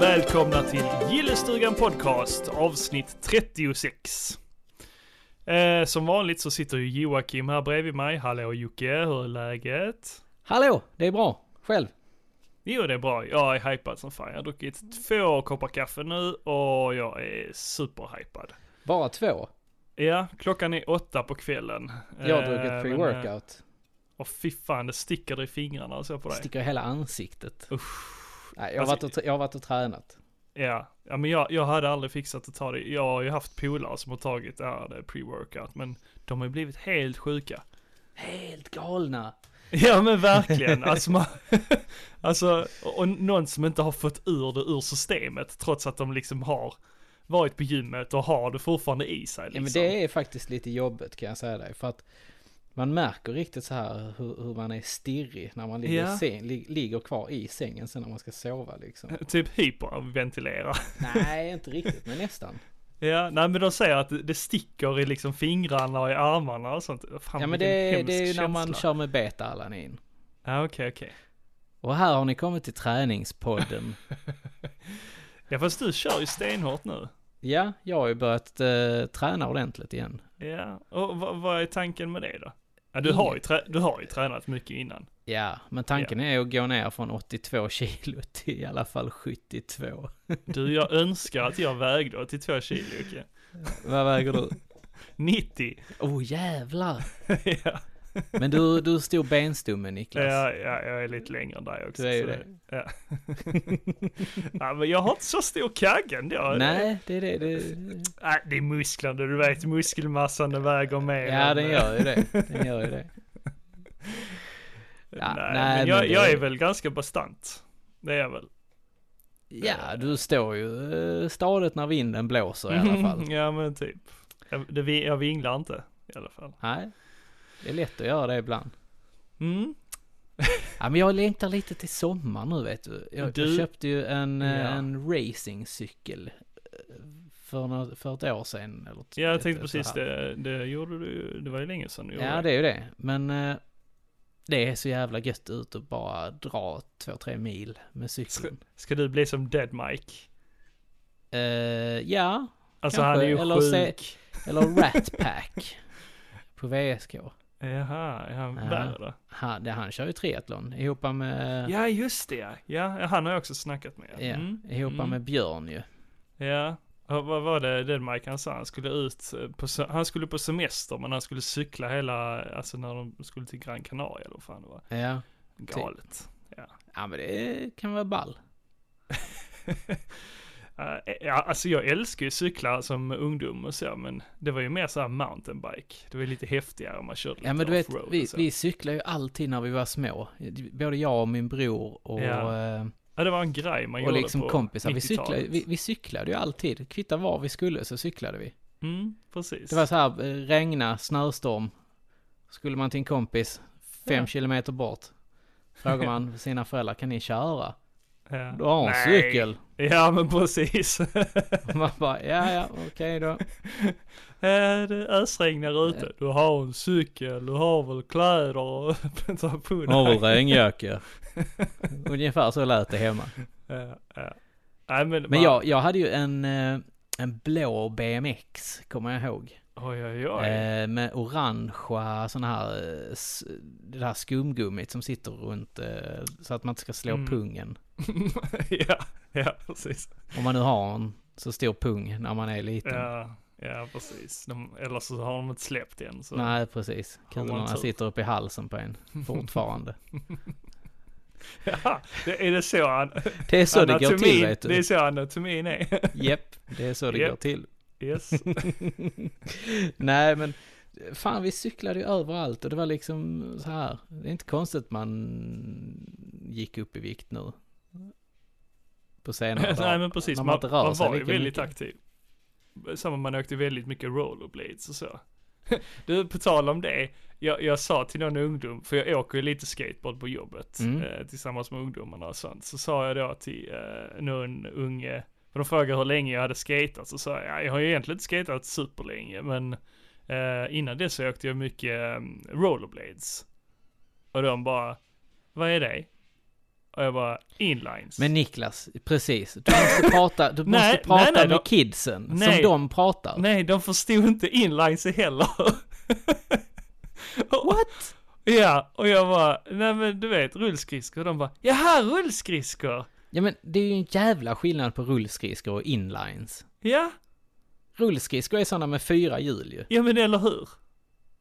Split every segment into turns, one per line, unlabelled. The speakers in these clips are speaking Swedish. välkomna till Gillestugan Podcast avsnitt 36. Eh, som vanligt så sitter ju Joakim här bredvid mig. Hallå Jocke, hur är läget?
Hallå, det är bra. Själv?
Jo det är bra, jag är hypad som fan. Jag har druckit två koppar kaffe nu och jag är superhypad.
Bara två?
Ja, klockan är åtta på kvällen.
Jag har druckit
Eh, men, eh,
pre-workout.
Åh fy fan, det sticker i fingrarna och så på dig.
Sticker i hela ansiktet.
Usch.
Nej, jag, har varit och, jag har varit och tränat.
Ja, ja men jag, jag hade aldrig fixat att ta det. Jag har ju haft polare som har tagit det här det är pre-workout, men de har ju blivit helt sjuka.
Helt galna!
Ja men verkligen, alltså, man, alltså och, och någon som inte har fått ur det ur systemet trots att de liksom har varit på gymmet och har det fortfarande i sig.
Ja,
Liksom.
men det är faktiskt lite jobbigt kan jag säga dig. För att man märker riktigt så här hur, hur man är stirrig när man ligger,
Ja.
i säng, lig, ligger kvar i sängen sen när man ska sova liksom.
Typ hyperventilera.
Nej, inte riktigt, men nästan.
Ja, nej men de säger att det- det sticker i liksom fingrarna och i armarna och sånt. Fan,
Ja, men
vilken
det,
hemsk
det är ju när man
känsla.
kör med beta-alanin.
Ja, okej, okej.
Och här har ni kommit till träningspodden.
Ja, fast du kör ju stenhårt nu.
Ja, jag har ju börjat eh, träna ordentligt igen.
Ja, och vad, vad är tanken med det då? Ja, du,
Inget.
har ju trä, du har ju tränat mycket innan.
Ja, men tanken är att gå ner från 82 kilo till i alla fall 72.
Du, jag önskar att jag vägde 82 kilo, Jocke.
Vad väger du?
90.
Oh jävlar!
ja.
Men du, du stod benstomme Niklas.
Ja, ja, jag är lite längre än dig också.
Du är ju
så
det.
Ja. ja, men jag har inte så stor kagge ändå.
Nej, det är det. det...
Nej, det är musklerna, du vet. Muskelmassan, den väger mer.
Ja,
än- eh,
den gör ju det. Den gör ju det. Ja,
nej,
nej,
men
men
jag,
det-
jag är väl ganska bastant. Det är jag väl.
Ja, du står ju eh, stadigt när vinden blåser i alla fall.
ja, men typ. Jag, det, vi- jag vinglar inte i alla fall.
Nej, det är lätt att göra det ibland.
Mm.
Ja, men jag längtar lite till sommar nu vet du. Jag,
Du-
jag köpte ju en, eh,
Ja.
en racingcykel eh, för, nå- för ett år sedan. Eller ett-
Ja, jag
ett-
tänkte
ett
precis
och ett halvt.
det. Det gjorde du Det var ju länge sedan du
Ja,
gjorde
det är ju det. Men eh, det är så jävla gött ut och bara dra två, tre mil med cykeln.
Ska du bli som Dead Mike?
Eh, ja,
Alltså
Kanske,
han är ju
eller
sjuk.
se- eller Rat Pack på VSK.
Jaha, är han
Ja.
värre då?
Han, det, han kör ju triathlon ihop med,
Ja, just det ja. ja. Han har jag också snackat med.
ja, ihop
mm.
med Björn ju.
Ja. Och vad var det Dead Mike han sa? Han skulle ut eh, på, se- han skulle på semester men han skulle cykla hela, alltså när de skulle till Gran Canaria eller vad fan det var.
Ja.
Galet.
ja, men det kan vara ball. Typ.
Eh, ja, alltså jag älskar ju cykla som ungdom och så men det var ju mer så här mountainbike. Det var ju lite häftigare om man körde lite
Ja men du vet,
offroad och
vi,
så.
vi cyklade ju alltid när vi var små. Både jag och min bror och,
Ja,
eh,
Ja det var en grej man
och
gjorde
liksom
på
kompisar. Vi
90-talet.
cyklade, vi, vi cyklade ju alltid. Kvitta var vi skulle så cyklade vi.
Mm, precis.
Det var så här, eh, regna, snöstorm. Skulle man till en kompis, fem
Ja.
kilometer bort. Frågar man sina föräldrar, kan ni köra?
ja.
Du har en
Nej.
cykel.
Ja men precis.
Man bara, ja ja, okej då.
Eh, det ösregnar ute. Du har en cykel, du har väl kläder och ta på dig.
regnjacka. Ungefär så lät det hemma.
Ja, ja. Nej men.
Men
man-
jag, jag hade ju en, eh, en blå BMX, kommer jag ihåg.
Oj oj oj.
Eh, med orangea sådana här, eh, s- det här skumgummit som sitter runt eh, så att man inte ska slå
Mm.
pungen.
ja, ja precis.
Om man nu har en så stor pung när man är liten.
Ja, ja precis. De, eller så har de inte släppt det än så.
Nej, precis.
man
Kulorna
tur.
sitter uppe i halsen på en fortfarande.
Ja, det, är det så an-
Det är så det går till, vet
Det är
du.
så anatomin är.
Japp, det är så det
Japp.
går till.
yes.
Nej, men fan vi cyklade ju överallt och det var liksom så här. Det är inte konstigt att man gick upp i vikt nu. På senare dagar.
Nej men precis.
när
Man,
man
man,
inte rör sig
var ju
lika
väldigt
mycket.
aktiv. Samma man åkte väldigt mycket rollerblades och så. Du, på tal om det. Jag, jag sa till någon ungdom, för jag åker ju lite skateboard på jobbet
Mm.
eh, tillsammans med ungdomarna och sånt. Så sa jag då till eh, någon unge, för de frågade hur länge jag hade skatat, så sa jag, "Ja, jag har ju egentligen inte skatat superlänge, men eh, innan det så åkte jag ehm, mycket eh, rollerblades. Och de bara, vad är det? Och jag bara, inlines.
Men Niklas, precis. Du måste prata, du måste
Nej,
prata
nej, nej,
med
de-
kidsen
Nej.
som de pratar.
Nej, de förstod inte inlines heller.
What?
ja, och jag bara, nej men du vet rullskridskor. De bara, jaha rullskridskor.
Ja men det är ju en jävla skillnad på rullskridskor och inlines.
Ja,
Rullskridskor är sådana med fyra hjul ju.
ja men eller hur.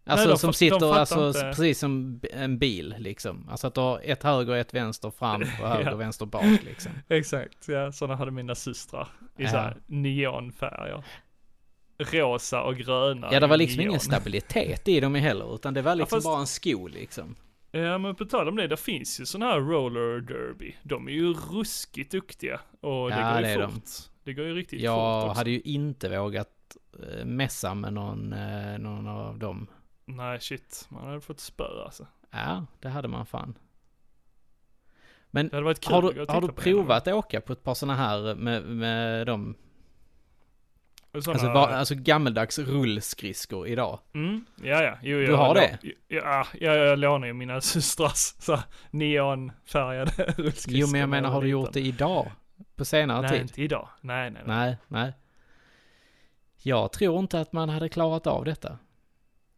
Alltså
de
som
fa- de
sitter
fattar
alltså,
inte.
precis som b- en bil liksom. Alltså att du har ett höger, ett vänster fram och höger,
Ja.
vänster bak liksom.
Exakt, ja sådana hade mina systrar. I
Ja.
så här neonfärger. Rosa och gröna.
Ja det
i
var liksom ingen
neon.
stabilitet i dem heller utan det var liksom
fast-
bara en sko liksom.
Ja men på tal om det, det finns ju sådana här roller derby. De är ju ruskigt duktiga. Och det
Ja,
går ju
det är de.
fort. Det går ju riktigt fort
Jag
också.
hade ju inte vågat eh, messa med någon, eh, någon av dem.
Nej shit, man hade fått spö alltså.
Ja, det hade man fan. Men
Det hade varit kul
har
att gå
du,
och
har du
titta på det någon
provat att åka på ett par sådana här eh, med, med dem?
gång. Såna,
Alltså, va, alltså gammeldags rullskridskor idag.
mm, ja, ja, jo,
Du
jag
har
lå-
det?
Ja, jag, jag lånar ju mina systrars så här neonfärgade rullskridskor.
Jo men jag
när
menar
var
har du
liten.
gjort det idag? På senare
Nej,
tid?
inte idag. Nej, nej, nej.
Nej, nej. Jag tror inte att man hade klarat av detta.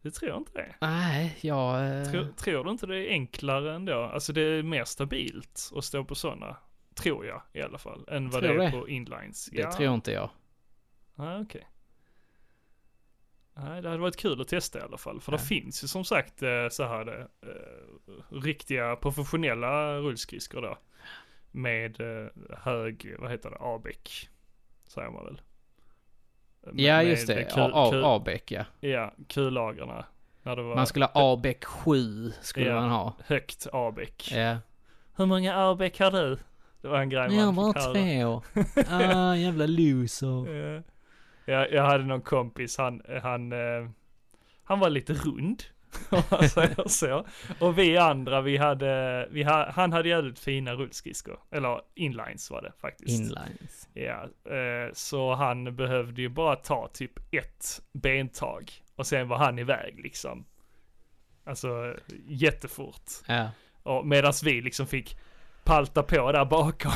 Det tror jag inte det.
Nej, jag... eh,
Tror, tror du inte det är enklare ändå? Alltså det är mer stabilt att stå på sådana. Tror jag i alla fall. Än vad det
Tror
är
du
på inlines.
Det tror inte jag.
Nej, okej. Nej, det hade varit kul att testa i alla fall. För det
Ja.
finns ju som sagt eh, så här det, eh, riktiga professionella rullskridskor då. Med eh, hög, vad heter det, ABEC. Säger man väl? Eh,
Ja, just det.
Kul,
A-
kul,
A- Abeck, ja.
ja, kullagarna. När det var
Man skulle ha Abeck 7, skulle
Ja.
man ha.
högt ABEC.
Ja.
Hur många ABEC har du? Det var en grej man
Jag var
fick höra.
två. Ah, jävla loser.
Ja. Eh, Jag, jag hade någon kompis, han, han, eh, han var lite rund. Om man säger så. Och vi andra, vi hade, vi ha, han hade jävligt fina rullskridskor. Eller inlines var det faktiskt.
Inlines.
Ja, eh, så han behövde ju bara ta typ ett bentag. Och sen var han iväg liksom. Alltså jättefort.
Ja.
Och medan vi liksom fick palta på där bakom.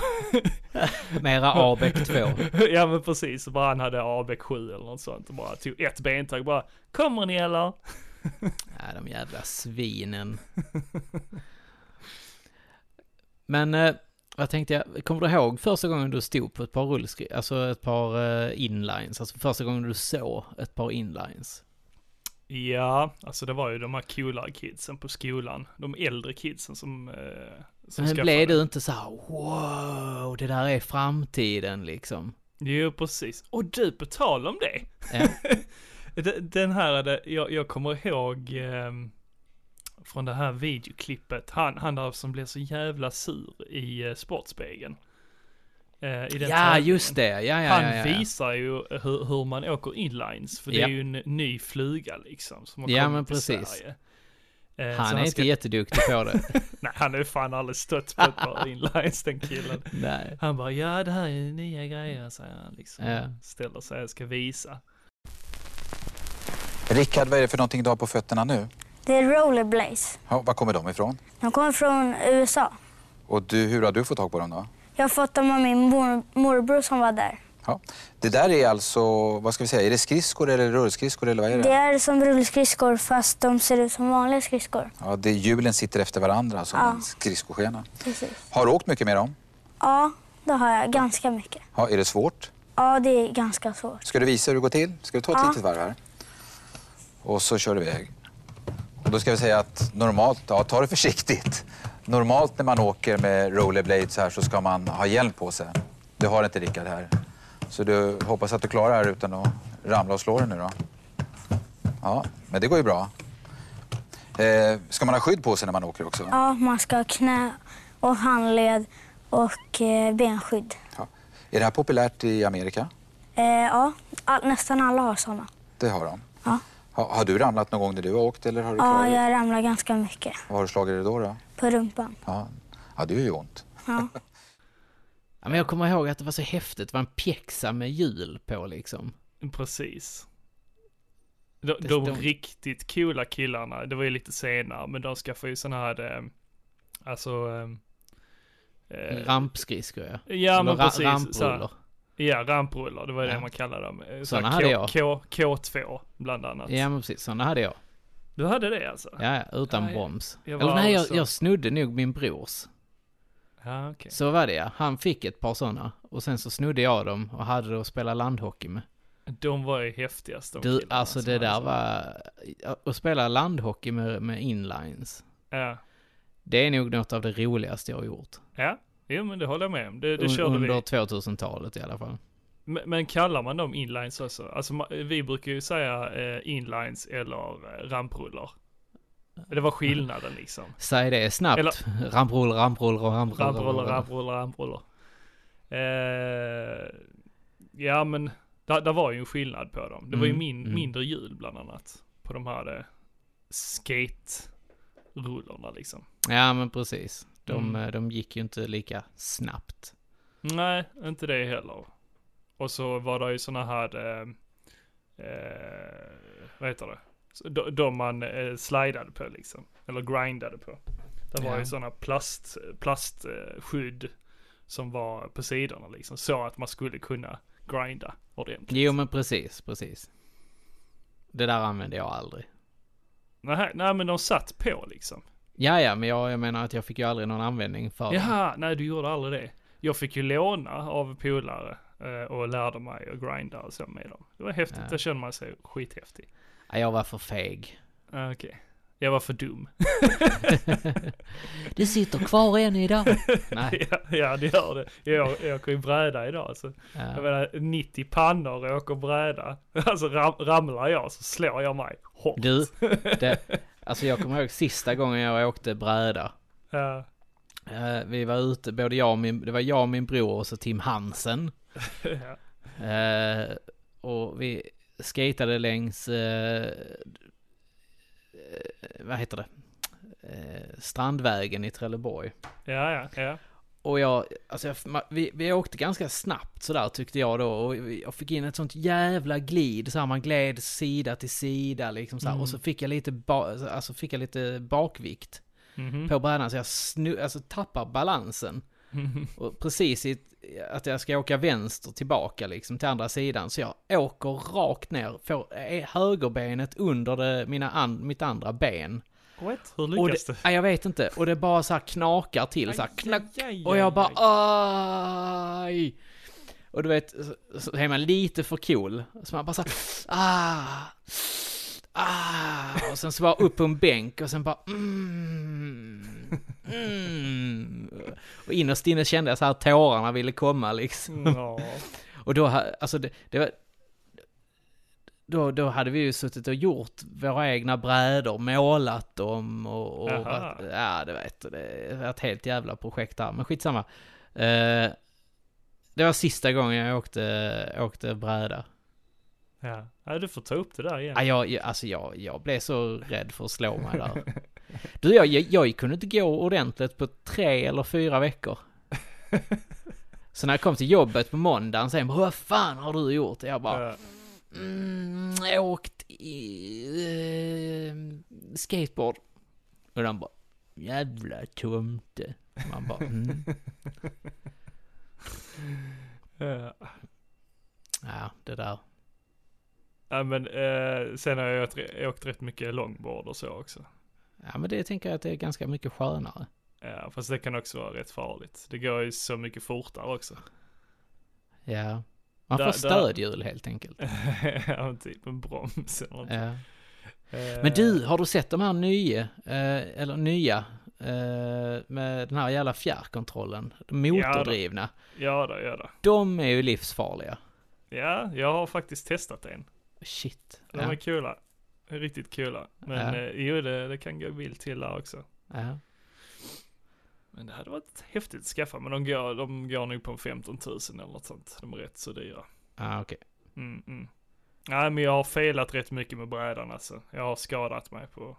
Mera Abeck 2.
Ja men precis, bara han hade ABEC 7 eller något sånt och bara tog ett bentag och bara Kommer ni eller?
Ja, de jävla svinen. Men eh, vad tänkte jag, kommer du ihåg första gången du stod på ett par rullskri, alltså ett par eh, inlines, alltså första gången du såg ett par inlines?
Ja, alltså det var ju de här coolare kidsen på skolan. De äldre kidsen som, eh, som
Men
skaffade-
blev du inte så här, wow, det där är framtiden liksom?
Jo precis. Och du på tal om det.
Ja.
D- Den här, hade- jag, jag kommer ihåg ehm, från det här videoklippet. Han, han där som blev så jävla sur i eh, Sportspegeln. Eh, i den
ja,
tävlingen.
just det, ja, ja,
Han
ja, ja.
visar ju hur, hur man åker inlines, för det
Ja.
är ju en ny fluga liksom som har
Ja,
kommit
men
till
precis.
Sverige. Eh, så
Han
ska,
är inte jätteduktig på det.
Nej, han har ju fan aldrig stött på ett par inlines den killen.
Nej.
Han bara, ja det här är nya grejer, säger han liksom.
Ja.
Ställer sig och ska visa.
Rickard, vad är det för någonting du har på fötterna nu?
Det är rollerblades.
Ja, var kommer de ifrån?
De kommer från USA.
Och du, hur har du fått tag på dem då?
Jag har fått dem av min mor- morbror som var där.
Ja. Det där är alltså, vad ska vi säga, är det skridskor eller rullskridskor eller vad är det?
Det är som rullskridskor fast de ser ut som vanliga skridskor.
Ja, det hjulen sitter efter varandra som
Ja.
en skridskoskena.
Precis.
Har du åkt mycket med dem?
Ja, det har jag ganska mycket.
Ja, är det svårt?
Ja, det är ganska svårt.
Ska du visa hur det går till? Ska du ta ett
Ja.
litet varv här? Och så kör du iväg. Och då ska vi säga att normalt, ja, ta det försiktigt. Normalt när man åker med rollerblades här så ska man ha hjälm på sig. Det har inte Rickard här. Så du hoppas att du klarar det här utan att ramla och slå dig nu då. Ja, men det går ju bra. Eh, ska man ha skydd på sig när man åker också?
Ja, man ska ha knä och handled och eh, benskydd.
Ja. Är det här populärt i Amerika?
Eh, ja, all, nästan alla har såna.
Det har de.
Ja.
Ha, har du ramlat någon gång när du har åkt eller har du
Ja,
klarat det?
jag ramlar ganska mycket
Vad har du slagit dig då? då?
på rumpan.
Ja, ja det gör ju ont.
Ja.
Ja, men jag kommer ihåg att det var så häftigt, det var en pjäxa med hjul på liksom.
Precis. De,
Det-
de,
de-
riktigt coola killarna, det var ju lite senare, men de skaffade ju sådana här, eh, alltså, eh, ehm, Eh,
Rampskridskor ja.
ja, men
Eller ra-
precis.
Rampruller.
Så, ja, rampruller, det var ju det
Ja.
man kallade dem. Eh, Så
Såna
här
hade
K,
jag.
K, K2 bland annat.
Ja men precis, sådana hade jag.
Du hade det alltså?
Ja, ja, utan
Ja, jag-
broms.
jag var
Eller nej, jag,
också-
jag snodde nog min brors.
Ja, okej.
Så var det ja. Han fick ett par sådana. Och sen så snodde jag dem och hade att spela landhockey med.
De var ju häftigast de
Du,
killarna
alltså
som
det
hade
där
såna.
var... Att spela landhockey med, med inlines.
Ja,
Det är nog något av det roligaste jag har gjort.
ja. Jo, men det håller jag med om. Det, det
Un-
körde
Under
vi.
2000-talet i alla fall.
Men, men kallar man dem inlines också? Alltså ma- vi brukar ju säga eh, inlines eller eh, ramprullar. Det var skillnaden liksom.
Säg det snabbt. Ramprull, ramprull, ramprull.
Rampruller, rampruller, rampruller. Eh, ja men, där, där var ju en skillnad på dem. Det var ju
Mm,
min,
mm.
mindre hjul bland annat. På de här eh, skate-rullorna liksom.
Ja, men precis. De,
Mm.
eh, de gick ju inte lika snabbt.
Nej, inte det heller. Och så var det ju såna här, eh, eh, vad heter det? Så De, de man eh, slidade på liksom. Eller grindade på. Det var
Ja.
ju såna plast, plastskydd som var på sidorna liksom. Så att man skulle kunna grinda ordentligt.
Jo, men precis, precis. Det där använde jag aldrig.
Nej, nej men de satt på liksom.
Ja, ja, men jag, jag menar att jag fick ju aldrig någon användning för dem.
Jaha, nej du gjorde aldrig det. Jag fick ju låna av polare eh, och lärde mig att grinda och så med dem. Det var häftigt,
Ja.
där kände man sig skithäftig.
Ja, Jag var för feg.
Ah, Okej. Jag var för dum.
Det sitter kvar än idag. Nej.
ja, ja, det gör det. Jag, jag åker ju bräda idag. Alltså. Jag
Ja.
menar, 90 pannor jag åker bräda. Alltså ram, ramlar jag så slår jag mig hårt.
Du, det, alltså jag kommer ihåg sista gången jag åkte bräda.
Ja.
Eh, vi var ute, både jag och min, det var jag och min bror och så Tim Hansen.
ja.
Eh, och vi skatade längs, eh, eh, vad heter det, eh, Strandvägen i Trelleborg.
ja, ja, ja.
Och jag, alltså jag, ma- vi, vi åkte ganska snabbt sådär tyckte jag då. Och vi- jag fick in ett sånt jävla glid. Så här, man gled sida till sida liksom så här.
Mm.
Och så fick jag lite, ba, alltså fick jag lite bakvikt
Mhm.
på brädan. Så jag snu, alltså tappar balansen.
Mhm.
Och precis i, att jag ska åka vänster tillbaka liksom till andra sidan. Så jag åker rakt ner. Får eh, högerbenet under det, mina an, mitt andra ben.
What? Hur
Och
lyckas
det,
du?
nej, jag vet inte. Och det bara så här knakar till så här knack.
Aj, aj,
Och jag bara
aj.
aj. Och du vet, så- så är man lite för cool. Så man bara så här, ah, ah. Och sen så bara upp på en bänk och sen bara mm, mm. Och innerst inne kände jag så här att tårarna ville komma liksom.
Mm, Ja.
Och då, ha- alltså det, det var... Då, då hade vi ju suttit och gjort våra egna brädor, målat dem och... och
Jaha.
varit- ja, du vet. Det var ett helt jävla projekt där, men skitsamma. Eh, det var sista gången jag åkte, åkte bräda.
Ja. ja, du får ta upp det där igen.
Ja, jag, jag- alltså jag, jag blev så rädd för att slå mig där. Du, jag, jag, jag kunde inte gå ordentligt på tre eller fyra veckor. Så när jag kom till jobbet på måndagen sen bara, vad fan har du gjort? Jag bara,
Ja.
Mm, jag har åkt i, eh, skateboard. Och de bara, jävla tomte. Man bara, mm.
Ja.
ja det där.
Ja, men eh, sen har jag åkt, åkt rätt mycket longboard och så också.
Ja men det tänker jag att det är ganska mycket skönare.
Ja, fast det kan också vara rätt farligt. Det går ju så mycket fortare också.
Ja. Man
Där- där-
får stödhjul helt enkelt.
ja, men typ en broms eller något.
Ja.
Eh,
Men du, har du sett de här nya, eh, eller nya, eh, med den här jävla fjärrkontrollen? De motordrivna.
Ja då, ja då.
De är ju livsfarliga.
Ja, jag har faktiskt testat en.
Shit.
De
Ja.
är coola. Riktigt coola. Men
Ja.
eh, jo, det, det kan gå vilt till där också.
Ja.
Men det hade varit häftigt att skaffa. Men de går, de går nog på en 15 000 eller något sånt. De är rätt så dyra.
Ah, okej.
Mm, mm. Nej, men jag har felat rätt mycket med brädan alltså. Jag har skadat mig på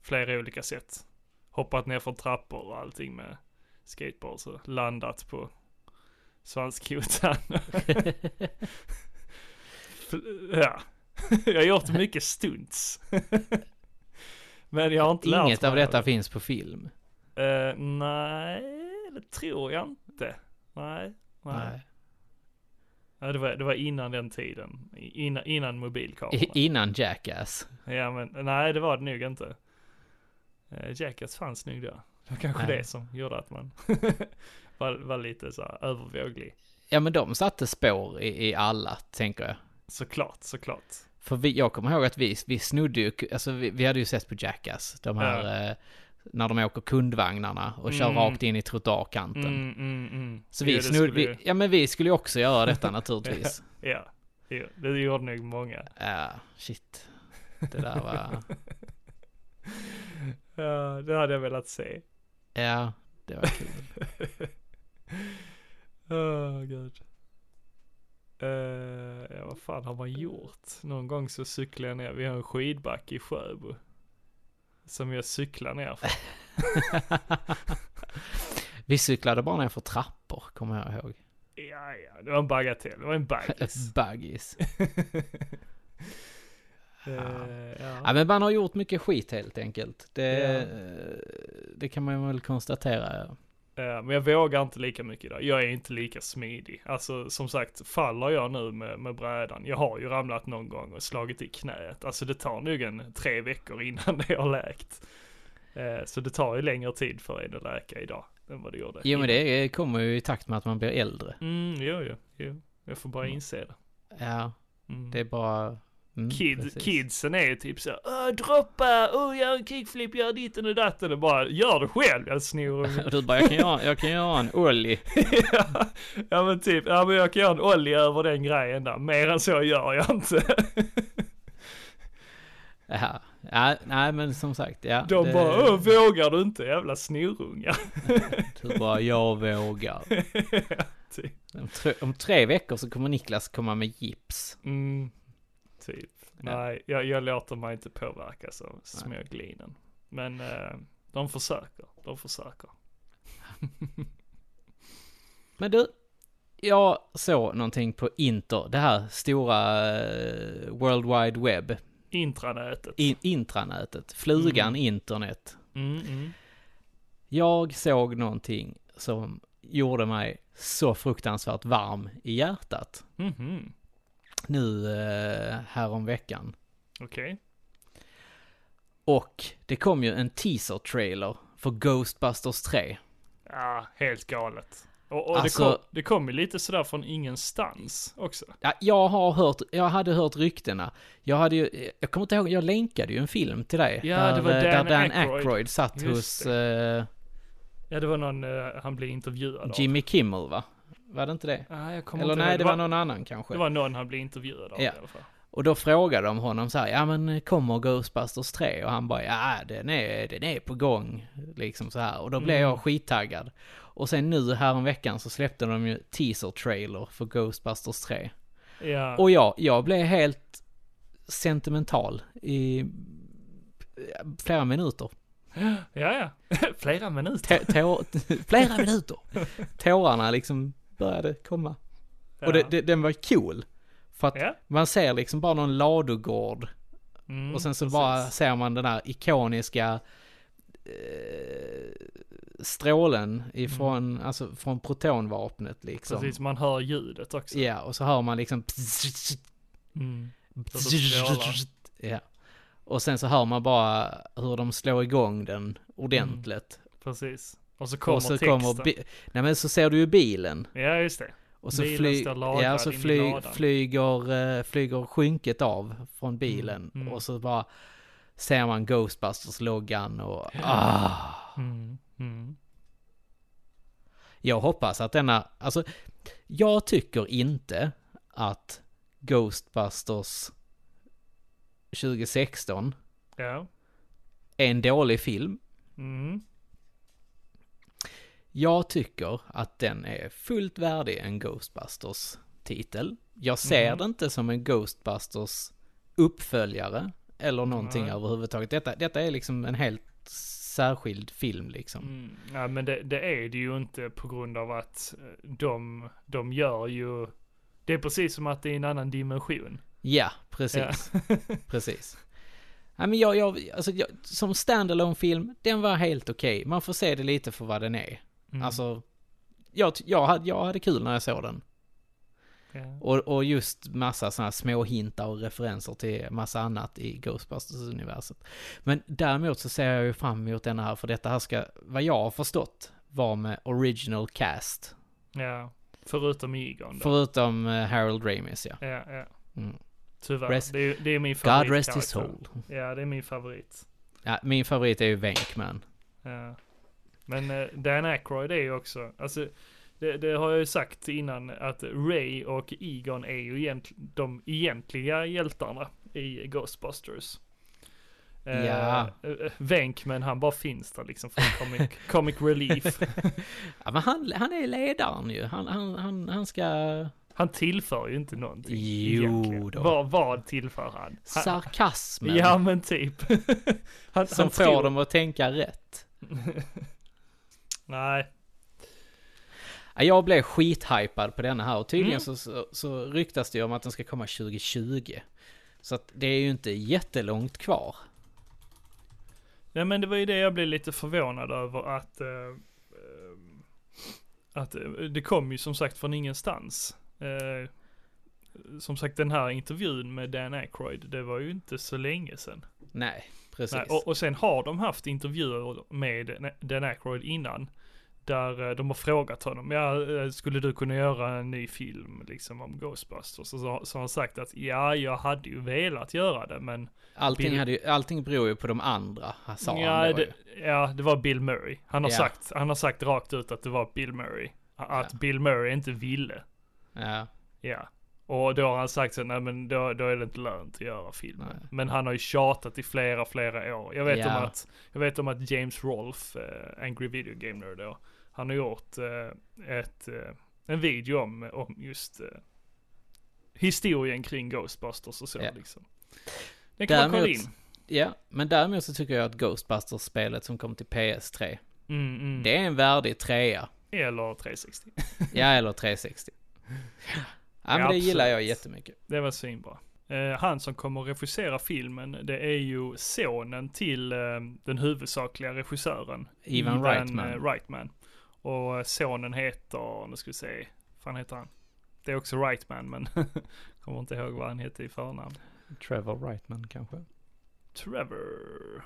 flera olika sätt. Hoppat ner från trappor och allting med skateboard så landat på svanskotan. Fl- ja, jag har gjort mycket stunts. men jag har inte lärt
Inget av
mig
detta finns på film.
Eh, nej, det tror jag inte. Nej, nej.
Nej.
Ja, det, var, det var innan den tiden. Innan, innan mobilkamera.
I- Innan Jackass.
Ja men nej det var det nog inte. Eh, Jackass fanns snygg då. Det var kanske
Nej.
det som gjorde att man var, var lite så här övervåglig.
Ja men de satte spår i, i alla, tänker jag.
Såklart, såklart.
För vi, jag kommer ihåg att vi, vi snodde ju, alltså vi, vi hade ju sett på Jackass, de här, eh, när de åker kundvagnarna och kör
Mm.
rakt in i trottoarkanten.
Mm, mm, mm.
Så
Jo,
vi
det
snodde,
skulle ju-
vi, ja men vi skulle ju också göra detta naturligtvis.
Ja, jo, det gjorde nog många.
Ja, shit. Det där var,
Ja, det hade jag velat se.
ja, det var kul.
Åh oh, gud. Eh, ja, vad fan har man gjort? Någon gång så cyklade jag ner, vi har en skidbacke i Sjöbo. Som jag cyklar ner för.
vi cyklade bara ner för trappor, kommer jag ihåg.
Ja, ja, det var en bagatell, det var en baggis.
Buggies.
Eh,
Ja,
ja.
men man har gjort mycket skit helt enkelt. Det,
Ja.
eh, det kan man väl konstatera.
Eh, Men jag vågar inte lika mycket idag. Jag är inte lika smidig. Alltså som sagt, faller jag nu med, med brädan. Jag har ju ramlat någon gång och slagit i knät. Alltså det tar nog en tre veckor innan det har läkt. Eh, Så det tar ju längre tid för en att läka idag än vad det gjorde.
Jo, men det kommer ju i takt med att man blir äldre.
Mm, jo, jo, jo. Jag får bara inse det.
Ja,
Mm.
Mm. det är bara... Mm,
Kid,
precis.
kidsen är ju typ så här, "Åh, droppa, oh, gör en kickflip, gör ditten och datten och bara gör det själv, jag snor ungen."
Och du bara, jag kan göra, jag kan göra en ollie.
ja, ja men typ, ja men jag kan göra en ollie över den grejen där. Mer än så gör jag inte.
Ja. ja, nej men som sagt, ja.
De
det-
bara, Åh, vågar du inte jävla snorungar?
Du bara, jag vågar.
typ.
Om tre, om tre veckor så kommer Niklas komma med gips.
Mm, typ.
Ja.
Nej, jag, jag låter mig inte påverkas av småglinen. Men eh, de försöker, de försöker.
Men du, jag såg någonting på Inter, det här stora eh, World Wide Web,
Intranätet.
in, intranätet, flugan internet.
Mm, mm.
Jag såg någonting som gjorde mig så fruktansvärt varm i hjärtat
Mhm.
nu eh, häromveckan.
Okej.
Och det kom ju en teaser-trailer för Ghostbusters 3.
Ja, helt galet. Och, och
Alltså-
det, kom, det kom ju lite sådär från ingenstans också.
Ja, jag har hört, jag hade hört ryktena. Jag hade ju, eh, jag kommer inte ihåg, jag länkade ju en film till dig.
Ja,
där,
det var
eh,
Dan
där Dan
Aykroyd.
Aykroyd satt
Just
hos eh,
Ja, det var någon, eh, han blev intervjuad av.
Jimmy Kimmel va? Var det inte det?
Ah, jag kommer
Eller
inte
nej,
ihåg.
det var någon annan kanske.
Det var någon han blev intervjuad av
Ja.
i alla fall.
Och då frågade de honom så här, ja men kommer Ghostbusters 3? Och han bara, ja den är, den är på gång. Liksom så här. Och då blev
Mm.
jag skittaggad. Och sen nu häromveckan så släppte de ju teaser-trailer för Ghostbusters 3.
Ja,
Och jag, jag blev helt sentimental i flera minuter.
ja. ja. Flera minuter.
Tå- tå- flera minuter! Tårarna liksom började komma. Och det, det, den var cool. För att
Ja.
man ser liksom bara någon ladugård
Mm,
och sen så
precis.
bara ser man den där ikoniska eh, strålen ifrån, alltså från protonvapnet liksom.
Mm. Precis, man hör ljudet också.
Ja, och så hör man liksom
Mm. Så det strålar.
Ja. Och sen så hör man bara hur de slår igång den ordentligt.
Precis. Och så Mm. kommer
och så
texten.
bi- Nej men så ser du ju bilen.
Ja, just det.
Och så,
Bilen
fly-
står lagrad
ja, så
in i
fly-
ladan.
flyger, eh, flyger skynket av från bilen.
mm.
Och så bara ser man Ghostbusters-loggan och ah.
Mm. Mm.
Jag hoppas att denna, alltså jag tycker inte att Ghostbusters 2016
Ja.
är en dålig film.
Mm.
Jag tycker att den är fullt värdig en Ghostbusters-titel. Jag ser
Mm.
det inte som en Ghostbusters uppföljare eller någonting
Nej.
överhuvudtaget. Detta, detta är liksom en helt särskild film liksom.
Mm. Ja, men det, det är det ju inte på grund av att eh, de, de gör ju... Det är precis som att det är en annan dimension.
Ja, precis. precis. Ja, men jag, jag, alltså jag, som standalone film den var helt okej. Man får se det lite för vad den är.
Mm.
Alltså, jag, ty- jag, hade, jag hade kul när jag såg den.
Ja.
Och, och just massa sådana små hintar och referenser till massa annat i Ghostbusters-universet. Men däremot så ser jag ju fram emot den här, för detta här ska, vad jag har förstått, vara med original cast.
ja. Förutom Egon då.
Förutom eh, Harold Ramis, ja.
ja, ja.
Mm.
Tyvärr.
Rest-
det, är, det är min favorit.
God rest his
karaktär.
soul.
Ja, det är min favorit.
Ja, min favorit är ju Venkman.
Ja. Men eh, Dan Aykroyd är ju också, alltså det, det har jag ju sagt innan att Ray och Egon är ju egent, de egentliga hjältarna i Ghostbusters. Eh,
Ja.
eh, Venk, men han bara finns där liksom för comic, comic relief.
Ja, men han, han är ledaren ju. Han, han, han, han ska...
Han tillför ju inte någonting.
Jo
egentligen.
då.
Vad, vad tillför han? han
Sarkasmen
ja men typ. han,
som
han
får
tror-
dem att tänka rätt.
Nej,
Ja, Jag blev skithypad på denna här och tydligen
Mm.
så, så, så ryktas det ju om att den ska komma 2020. Så att det är ju inte jättelångt kvar.
Ja men det var ju det jag blev lite förvånad över att eh, eh, att eh, det kom ju som sagt från ingenstans. Eh, som sagt den här intervjun med Dan Aykroyd, det var ju inte så länge sedan.
Nej, precis.
Nej, och, och sen har de haft intervjuer med Dan Aykroyd innan. Där eh, de har frågat honom, ja, eh, skulle du kunna göra en ny film liksom om Ghostbusters? Och så, så har han sagt att ja, jag hade ju velat göra det, men
allting,
Bill-
hade ju, allting beror ju på de andra, sa
ja,
han. då ju.
det, ja, det var Bill Murray. Han har,
Ja.
sagt, han har sagt rakt ut att det var Bill Murray. A- Att
Ja.
Bill Murray inte ville.
Ja.
Ja. Och då har han sagt så nej men då, då är det inte lönt att göra filmen.
Nej.
Men han har ju tjatat i flera, flera år. Jag vet,
Ja.
om, att, jag vet om att James Rolfe, eh, Angry Video Game Nerd då, han har gjort eh, ett, eh, en video om, om just eh, historien kring Ghostbusters och så
Ja.
liksom. Den kan man kolla in.
Däremot- ja, men däremot så tycker jag att Ghostbusters-spelet som kom till PS3,
Mm, mm.
det är en värdig trea.
Eller 360.
Ja, eller 360. Ja, men det
Absolut.
gillar jag jättemycket.
Det var svinbra. Eh, han som kommer att regissera filmen, det är ju sonen till eh, den huvudsakliga regissören.
Ivan Reitman.
eh, Reitman. Och eh, sonen heter, nu ska vi se, vad fan heter han? Det är också Reitman, men kommer inte ihåg vad han heter i förnamn.
Trevor Reitman kanske?
Trevor.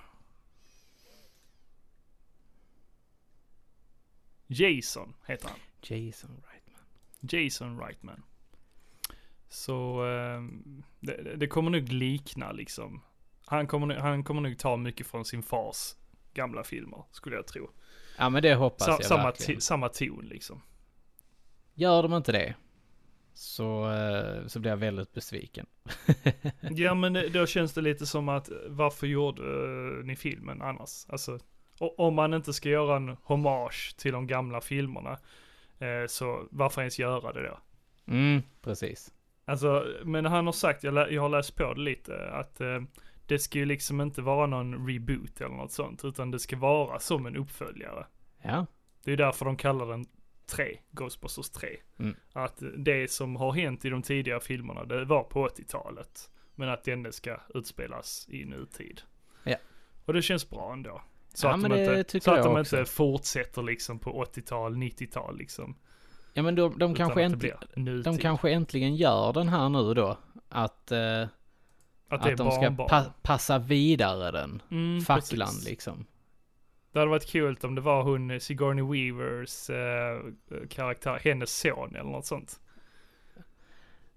Jason heter han.
Jason Reitman.
Jason Reitman. Så eh, det, det kommer nog likna liksom. Han kommer, nog- han kommer nog ta mycket från sin fars gamla filmer skulle jag tro.
Ja, men det hoppas
Sa,
jag
samma,
verkligen.
ti- samma ton liksom.
Gör de inte det, så, eh, så blir jag väldigt besviken.
Ja men det- då känns det lite som att eh, varför gjorde eh, ni filmen annars? Alltså o- om man inte ska göra en hommage till de gamla filmerna eh, så varför ens göra det då?
Mm, precis.
Alltså, men han har sagt, jag, lä- jag har läst på det lite, att eh, det ska ju liksom inte vara någon reboot eller något sånt, utan det ska vara som en uppföljare.
Ja,
Det är därför de kallar den 3, Ghostbusters 3.
Mm.
Att det som har hänt i de tidigare filmerna, det var på 80-talet. Men att den ska utspelas i nutid.
Ja.
Och det känns bra ändå. Så
Ja,
att
men
de,
det
inte,
tycker
så att
jag
de
också.
inte fortsätter liksom på 80-tal, 90-tal liksom.
ja men de, de,
utan
kanske
att det
äntli,
blir nutid.
de kanske äntligen gör den här nu då. Att, eh, att,
att det är
de ska
barnbarn.
pa- passa vidare den.
Mm,
Facklan
precis.
liksom.
Det hade varit kul om det var hon eh, Sigourney Weavers eh, karaktär, hennes son eller något sånt.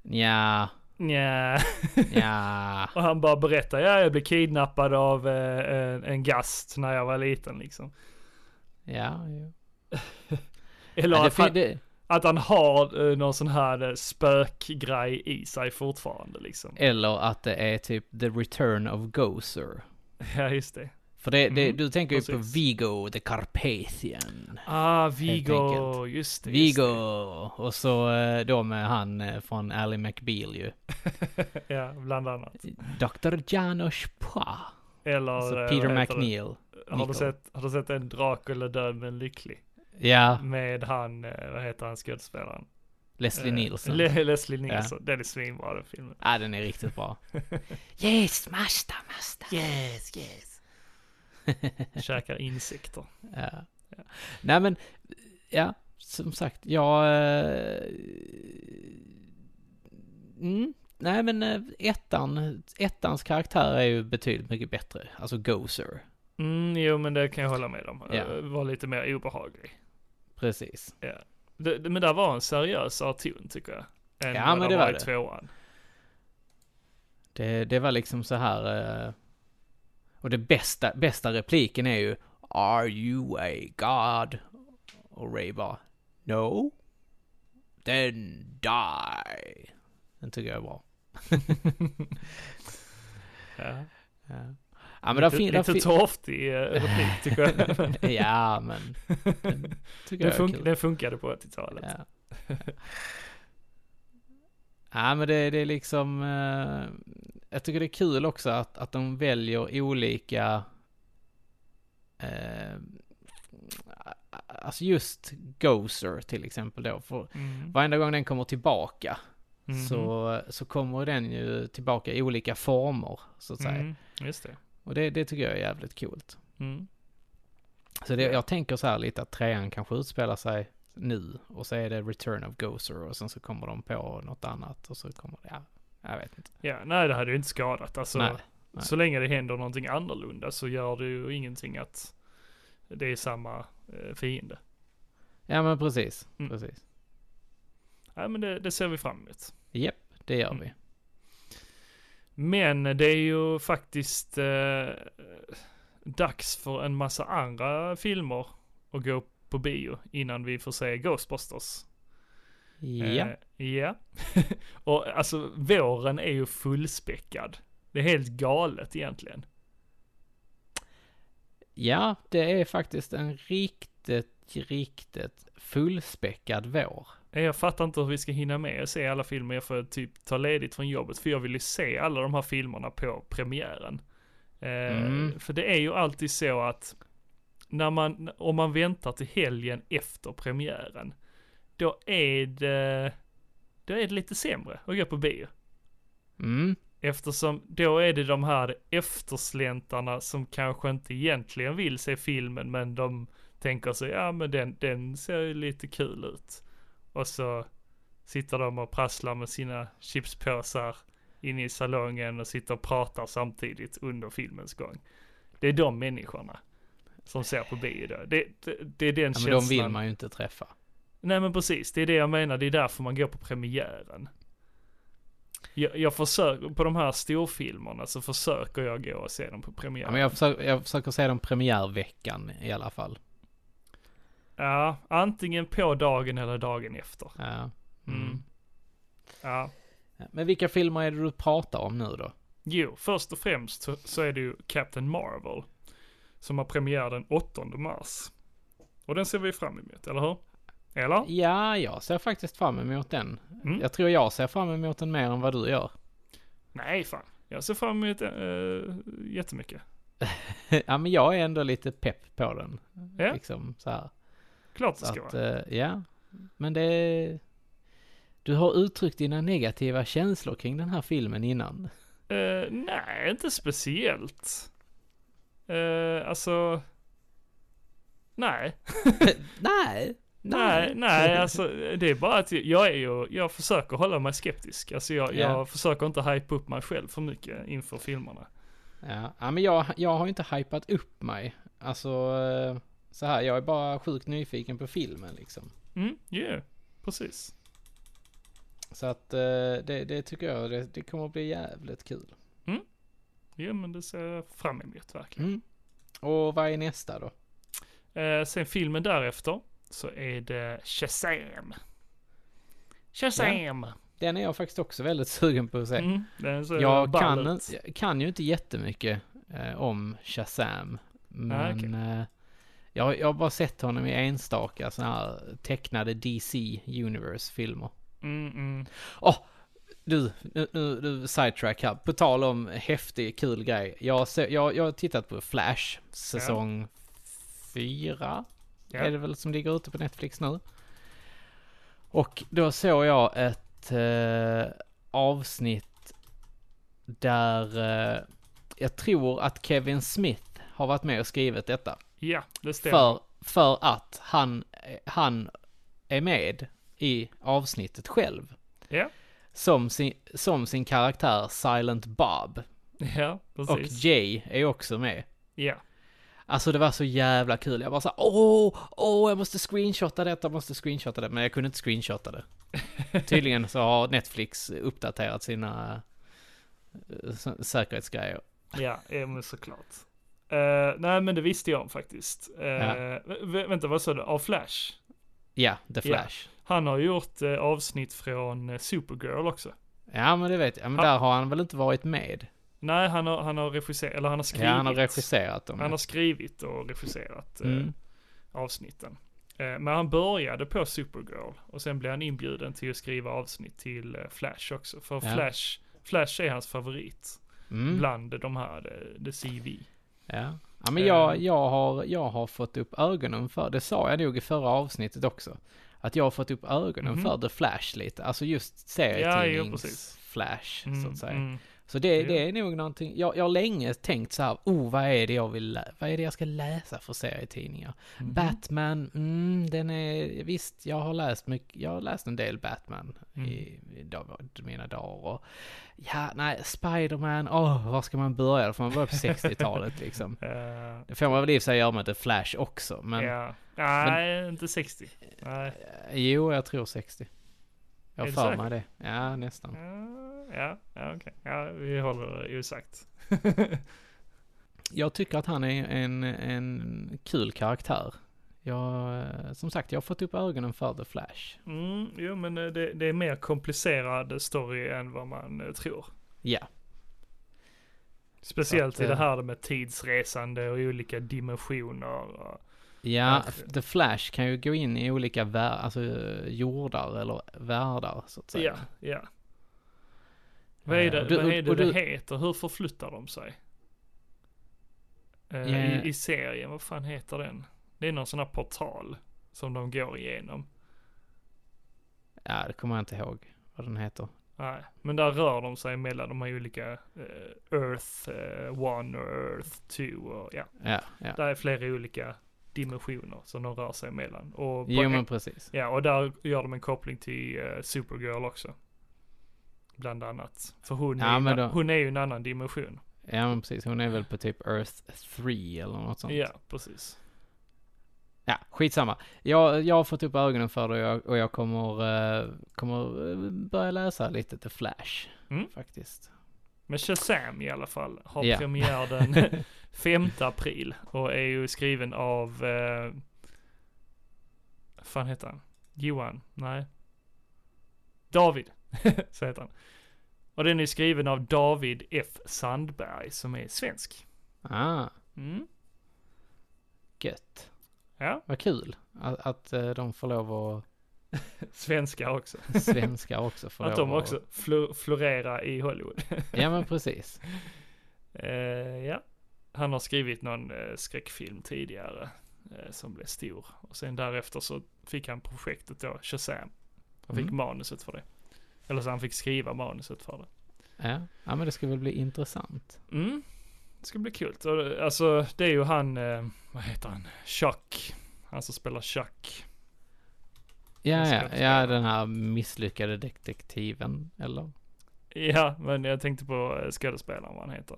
Ja,
Nja.
ja.
Och han bara berättar, ja jag blev kidnappad av eh, en, en gast när jag var liten liksom.
Ja, ja.
Eller
ja det,
att,
fin-
han,
det,
att han har eh, någon sån här eh, spökgrej i sig fortfarande liksom.
eller att det är typ The Return of Gozer.
Ja just det.
För det, det,
Mm,
du tänker ju på
precis.
Vigo the Carpathian.
Ah,
Helt
Vigo, just det. just
Vigo! Och så eh, då med han eh, från Ally McBeal ju.
det. Ja, bland annat.
Dr. Janos Pah.
Eller...
Alltså
eh,
Peter
vad heter det?
McNeil.
Har du,
Nichol.
sett, har du sett en Dracula död men lycklig?
Ja,
Med han, eh, vad heter han skådespelaren?
Leslie
Eh,
Nielsen.
Le- Leslie Nielsen. Den är svinbra den filmen.
ja, den är riktigt bra. yes, master, master. Yes, yes.
Käkar insekter.
Ja. Nej men, ja, som sagt, jag... eh, Mm, nej men eh, ettan, ettans karaktär är ju betydligt mycket bättre. Alltså Gozer.
Mm, jo men det kan jag hålla med om.
Ja.
Eh, Var lite mer obehaglig.
Precis.
Det, det, men där var en seriösare ton tycker jag. Än
Ja,
vad
men det var
i
det.
tvåan.
Det, det var liksom så här... eh, Och det bästa, bästa repliken är ju Are you a god? Och Ray bara No? Then die. Den tycker jag är bra.
Ja.
Ja, ja men där fin-
lite
där
lite
fin-
torftig eh, replik tycker jag. Men
Ja, men den tycker
den,
jag är
fun-
kul.
den funkade på 80-talet.
Ja. ja, men det, det är liksom... Eh, jag tycker det är kul också att, att de väljer olika... Eh, alltså just Gozer till exempel då. För
Mm.
varenda gång den kommer tillbaka
Mhm.
så, så kommer den ju tillbaka i olika former, så att säga.
Mm, just det.
Och det, det tycker jag är jävligt coolt.
Mm.
Så det, jag tänker så här lite att trean kanske utspelar sig nu och så är det Return of Gozer och sen så kommer de på något annat och så kommer det, ja, jag vet inte.
Ja, nej det hade ju inte skadat. Alltså,
Nej. nej.
Så länge det händer någonting annorlunda så gör det ju ingenting att det är samma eh, fiende.
Ja men precis,
Mm.
precis.
Nej men det, det ser vi fram emot.
Japp, det gör
Mm.
vi.
Men det är ju faktiskt eh, dags för en massa andra filmer att gå på bio innan vi får se Ghostbusters.
Ja,
Eh, ja. Och alltså våren är ju fullspäckad. Det är helt galet egentligen.
ja, det är faktiskt en riktigt, riktigt fullspäckad vår.
Eh, Jag fattar inte hur vi ska hinna med att se alla filmer. Jag får typ ta ledigt från jobbet för jag vill ju se alla de här filmerna på premiären. Eh,
Mm.
För det är ju alltid så att när man, om man väntar till helgen efter premiären, då är det, då är det lite sämre att gå på bio.
Mm,
Eftersom då är det de här eftersläntarna som kanske inte egentligen vill se filmen men de tänker sig ja men den, den ser ju lite kul ut. Och så sitter de och prasslar med sina chipspåsar inne i salongen och sitter och pratar samtidigt under filmens gång. Det är de människorna som ser på bio då. Det, det, det är den
ja, men
känslan.
de vill man ju inte träffa.
Nej men precis, det är det jag menar. Det är därför man går på premiären. Jag, jag försöker, på de här storfilmerna så försöker jag gå och se dem på
Ja,
premiären.
men jag försöker, jag försöker se dem premiärveckan i alla fall.
Ja, antingen på dagen eller dagen efter.
Ja. Mm.
Mm. Ja.
Ja, Men vilka filmer är det du pratar om nu då?
Jo, först och främst så, så är det ju Captain Marvel. Som har premiär den 8 mars. Och den ser vi fram emot, eller hur? Eller?
Ja, jag ser faktiskt fram emot den.
Mm.
Jag tror jag ser fram emot den mer än vad du gör.
Nej, fan. Jag ser fram emot uh, jättemycket.
ja, men jag är ändå lite pepp på den.
Ja.
Liksom så här.
Klart det
Så
ska
att,
vara.
eh, ja. Men det... Du har uttryckt dina negativa känslor kring den här filmen innan.
Eh, nej, inte speciellt. Uh, alltså... Nej,
nej!
nej, nej, alltså det är bara att jag är ju, jag försöker hålla mig skeptisk. Alltså jag,
Ja.
jag försöker inte hype upp mig själv för mycket inför filmerna.
Ja, ja men jag, jag har ju inte hypat upp mig. Alltså, eh, så här, jag är bara sjukt nyfiken på filmen liksom.
Mm, ju, precis.
Så att eh, det, det tycker jag, det, det kommer att bli jävligt kul.
Ja, men det ser jag fram emot verkligen.
Mm. Och vad är nästa då?
Eh, sen filmen därefter så är det Shazam. Shazam!
Den är jag faktiskt också väldigt sugen på att se.
Mm, den ser
jag,
ball
kan,
ut.
jag kan ju inte jättemycket eh, om Shazam. Men
okej.
eh, jag, jag har bara sett honom i enstaka sådana här tecknade DC Universe-filmer.
Mm, mm.
Åh! du, nu, nu, nu sidetrack här. På tal om häftig, kul grej. Jag, se, jag, jag har tittat på Flash, säsong fyra.
Ja.
Är det väl som ligger ute på Netflix nu. Och då såg jag ett eh, avsnitt där eh, jag tror att Kevin Smith har varit med och skrivit detta.
Ja, det stämmer.
För För att han, eh, han är med i avsnittet själv.
Ja,
Som sin, som sin karaktär Silent Bob.
ja precis.
Och Jay är också med.
ja.
Alltså det var så jävla kul. Jag bara såhär, åh, åh, jag måste screenshotta detta, jag måste screenshotta det. Men jag kunde inte screenshotta det. Tydligen så har Netflix uppdaterat sina eh, s- säkerhetsgrejer.
Ja, ja men såklart. Eh, nej, men det visste jag om faktiskt. Eh,
Ja.
vä- Vänta, vad sa du? Av Flash?
Ja, The
Ja.
Flash.
Han har gjort eh, avsnitt från eh, Supergirl också.
Ja. men det vet jag. Men
Ja.
där har han väl inte varit med?
Nej, han har, han har regisserat, eller han har skrivit.
Ja, han har regisserat dem.
Han har skrivit och regisserat eh,
Mm.
avsnitten. Eh, men han började på Supergirl och sen blev han inbjuden till att skriva avsnitt till eh, Flash också. För
Ja.
Flash, Flash är hans favorit
Mm.
bland de här, eh, The CV.
Ja. ja, men jag,
Eh.
jag, har, jag har fått upp ögonen för, det sa jag nog i förra avsnittet också, att jag har fått upp ögonen
Mhm.
för The Flash lite, alltså just
Ja, ja, precis. Mm,
serietidnings-flash, så att säga. Så det,
Ja.
det är nog någonting, jag, jag har länge tänkt så här, oh vad är det jag vill, lä- vad är det jag ska läsa för serietidningar?
Mhm.
Batman, mm, den är, visst jag har läst mycket, jag har läst en del Batman i,
Mm.
i dag, mina dagar och, ja nej, Spiderman, åh, var ska man börja? Då får man börja på 60-talet liksom.
Eh,
Det får man väl i och för sig göra med The Flash också, men
ja. Nej, inte 60. Nej.
eh, jo, jag tror 60. Jag
Är
har
du
för
säker?
mig det. Ja, nästan.
Ja, ja okej. Ja, vi håller det osagt.
Jag tycker att han är en, en kul karaktär. Jag, eh, som sagt, jag har fått upp ögonen för The Flash.
Mm, jo, men eh, det, det är mer komplicerad story än vad man eh, tror.
Ja,
Speciellt
Så att,
i det
eh,
här med tidsresande och olika dimensioner. Och,
ja
Verkligen.
The Flash kan ju gå in i olika vär, alltså, eh, jordar eller världar, så att säga.
ja, ja. Vad är det,
och Eh, du-
vad är det,
och du-
det heter? Hur förflyttar de sig? Eh,
Ja.
i, I serien, vad fan heter den? Det är någon sån här portal som de går igenom.
Ja, det kommer jag inte ihåg vad den heter.
Nej, men där rör de sig mellan de här olika eh, Earth 1 och Earth 2 och ja.
Ja, ja.
Där är flera olika dimensioner som de rör sig mellan. Och, på
Jo,
en-
men precis.
Ja, och där gör de en koppling till eh, Supergirl också. Bland annat. För hon,
Ja,
är, ju
men
na-
då-
hon är ju en annan dimension.
Ja, men precis. Hon är väl på typ Earth 3 eller något sånt.
Ja, precis.
Ja, skitsamma. Jag, jag har fått upp ögonen för det och jag, och jag kommer, eh, kommer eh, börja läsa lite The Flash.
Mm.
Faktiskt.
Men Shazam i alla fall har
Ja.
premiär den 5 april och är ju skriven av... Eh, vad fan heter han? Johan? Nej. David, så heter han. Och den är skriven av David F. Sandberg som är svensk.
Ah,
Mm.
gött.
Ja,
Vad kul att, att eh, de får lov att,
svenskar också.
svenskar också får
Att
lov
de också flo- florerar i Hollywood.
Ja men precis.
Eh, ja. Han har skrivit någon eh, skräckfilm tidigare eh, som blev stor. Och sen därefter så fick han projektet då, Shazam. Han fick
Mm.
manuset för det. Eller så han fick skriva manuset för det.
Ja. ja, men det ska väl bli intressant.
Mm. Det ska bli kul. Och, eh, Alltså det är ju han, eh, vad heter han, Chuck. Han som spelar Chuck.
Ja,
Jag ska
ja,
förstå.
ja, den här misslyckade detektiven, eller?
Ja, men jag tänkte på eh, skådespelaren vad han heter.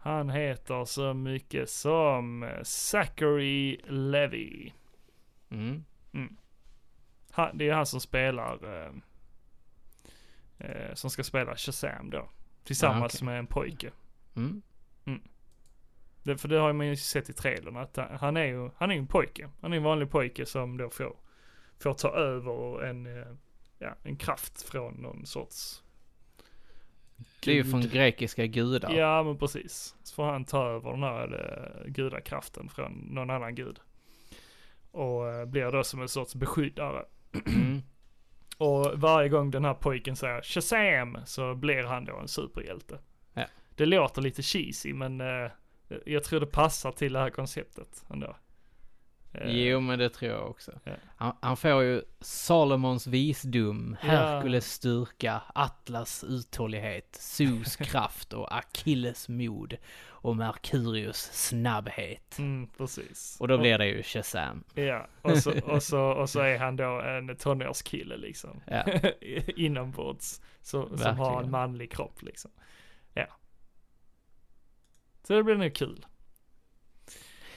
Han heter så mycket som eh, Zachary Levy.
Mm.
Han, det är han som spelar, eh, eh, som ska spela Shazam då. Tillsammans
Ah, okej.
med en pojke.
Mm.
Det, för det har man ju sett i trailern att han- han är ju, han är ju en pojke. Han är en vanlig pojke som då får, får ta över en, eh, ja, en kraft från någon sorts
Det är ju
gud.
från grekiska gudar.
Ja men precis. Så får han ta över den här eh, gudakraften från någon annan gud. Och eh, blir då som en sorts beskyddare.
Mm.
Och varje gång den här pojken säger Shazam så blir han då en superhjälte.
Ja.
Det låter lite cheesy men eh, jag tror det passar till det här konceptet ändå. Eh,
Jo, men det tror jag också.
Ja.
Han, han får ju Salomons visdom,
Ja.
Herkules styrka, Atlas uthållighet, Zeus kraft och Achilles mod och Merkurius snabbhet.
Mm, precis.
Och då blir det ju Shazam.
Ja, och så, och, så, och så är han då en tonårskille liksom.
Ja.
Inombords. Så, som
Verkligen.
har en manlig kropp liksom. Ja. Så det blir nog kul.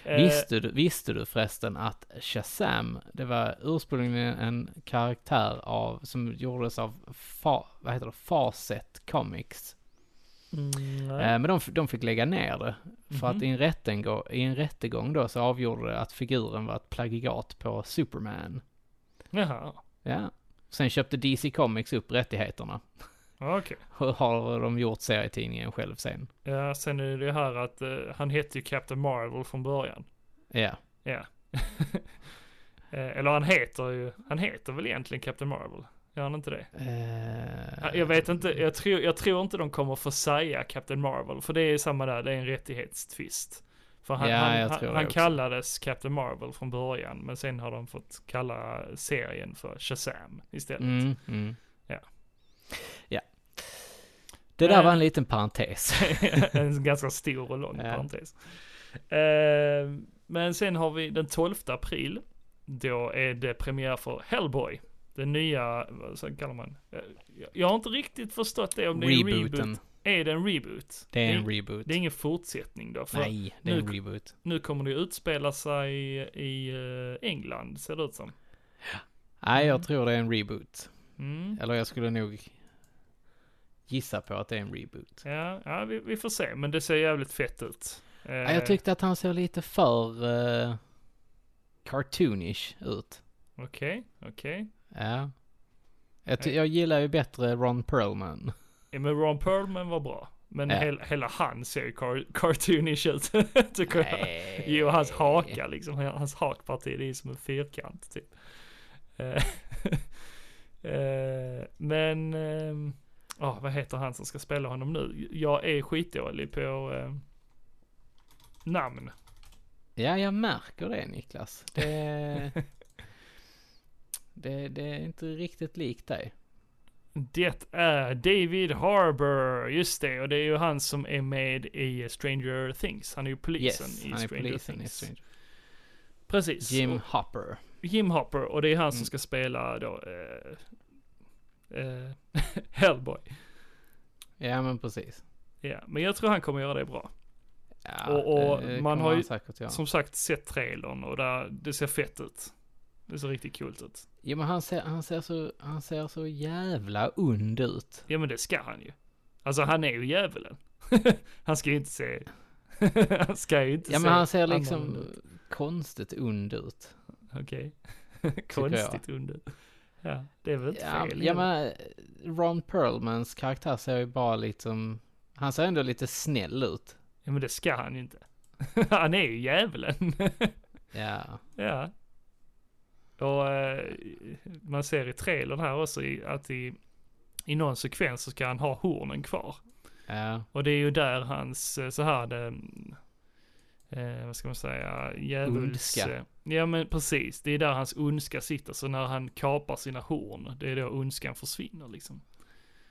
Eh,
Visste du, visste du förresten att Shazam, det var ursprungligen en karaktär av, som gjordes av, fa, vad heter det, Facet Comics.
mm, nej.
Eh, men de, f- de fick lägga ner det. För
Mhm.
att i en, rättegång, i en rättegång då så avgjorde det att figuren var ett plagiat på Superman.
Jaha,
Ja. Sen köpte DC Comics upp rättigheterna.
okej.
Och har de gjort serietidningen själv sen.
Ja, sen är det ju här att eh, han hette ju Captain Marvel från början.
Ja.
Ja. Eh, Eller han heter ju, han heter väl egentligen Captain Marvel? Gör han inte det? Ja,
Eh,
Jag vet inte, jag tror, jag tror inte de kommer få säga Captain Marvel, för det är samma där, det är en rättighetstvist. För han,
Ja, jag
han,
tror
han,
det
han
också.
kallades Captain Marvel från början, men sen har de fått kalla serien för Shazam istället.
Mm, mm.
Ja.
Ja. Det där
Eh.
var en liten parentes.
en ganska stor och lång
Ja.
parentes. Eh, men sen har vi den 12 april. Då är det premiär för Hellboy. Den nya, vad så kallar man? Eh, jag- Jag har inte riktigt förstått det om det är en
Rebooten.
reboot. Är det en reboot?
Det är en
det,
reboot.
det är ingen fortsättning då. För
Nej, det är en
nu-
reboot.
nu kommer det ju utspela sig i, i eh, England, ser det ut som.
Nej,
Mhm.
jag tror det är en reboot.
Mm.
Eller jag skulle nog gissa på att det är en reboot.
Ja, ja vi, vi får se, men det ser jävligt fett ut. Eh,
Nej, Jag tyckte att han såg lite för eh, cartoonish ut.
Okej, okej.
Ja. Jag, ty-
Nej.
jag gillar ju bättre Ron Perlman.
Ja, men Ron Perlman var bra. Men
Ja.
hela, hela han ser ju car- cartoonish ut, tycker jag.
Nej.
Jo, hans haka liksom, hans hakparti, det är som en fyrkant typ. Eh, eh, men, ehm, ah, vad heter han som ska spela honom nu? Jag är skitdålig på eh, namn.
Ja, jag märker det Niklas. Det, det, det är inte riktigt likt dig.
Det är David Harbour, just det. Och det är ju han som är med i Stranger Things. Han är ju polisen
Yes,
i
han är
Stranger
polisen
Things.
i Stranger
Precis.
Jim Hopper.
Jim Hopper och det är han som
Mm.
ska spela då eh, eh, Hellboy.
Ja, men precis.
Ja, men jag tror han kommer göra det bra.
Ja,
Och- och
det- det
man
kommer
har ju-
han säkert göra.
Som sagt, sett trailern och där, det ser fett ut. Det ser riktigt kul ut.
Jo, men han ser, han, ser så, han ser så jävla ond ut.
Ja, men det ska han ju. Alltså, han är ju djävulen. han ska ju inte se... han ska ju inte
Ja,
se...
men han ser
annorlunda
liksom
ut.
konstigt ond ut.
Okej. Konstigt under. Ja, det är väl inte
Ja,
fel?
ja,
egentligen.
men eh, Ron Perlmans karaktär ser ju bara liksom... Han ser ändå lite snäll ut.
ja, men det ska han ju inte. han är ju djävulen.
Ja.
Ja. Och eh, man ser i trailern här också i, att i, i någon sekvens så ska han ha hornen kvar.
Ja.
Och det är ju där hans, eh, så här det, eh, vad ska man säga, djävuls...
Ondska.
eh, Ja men precis, det är där hans ondska sitter. Så när han kapar sina horn, det är då ondskan försvinner liksom.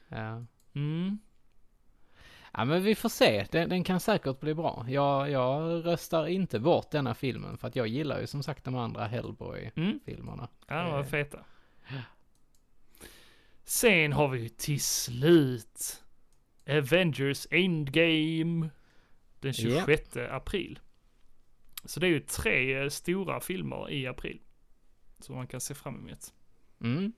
Ja.
Mm.
Ja men vi får se, den, den kan säkert bli bra. Jag, jag röstar inte bort denna filmen för att jag gillar ju som sagt de andra Hellboy-filmerna.
Mm. Ja, de var
Eh.
feta. Sen har vi ju till slut Avengers Endgame den 26 april. Så det är ju tre eh, stora filmer i april. Som man kan se fram emot.
Mm.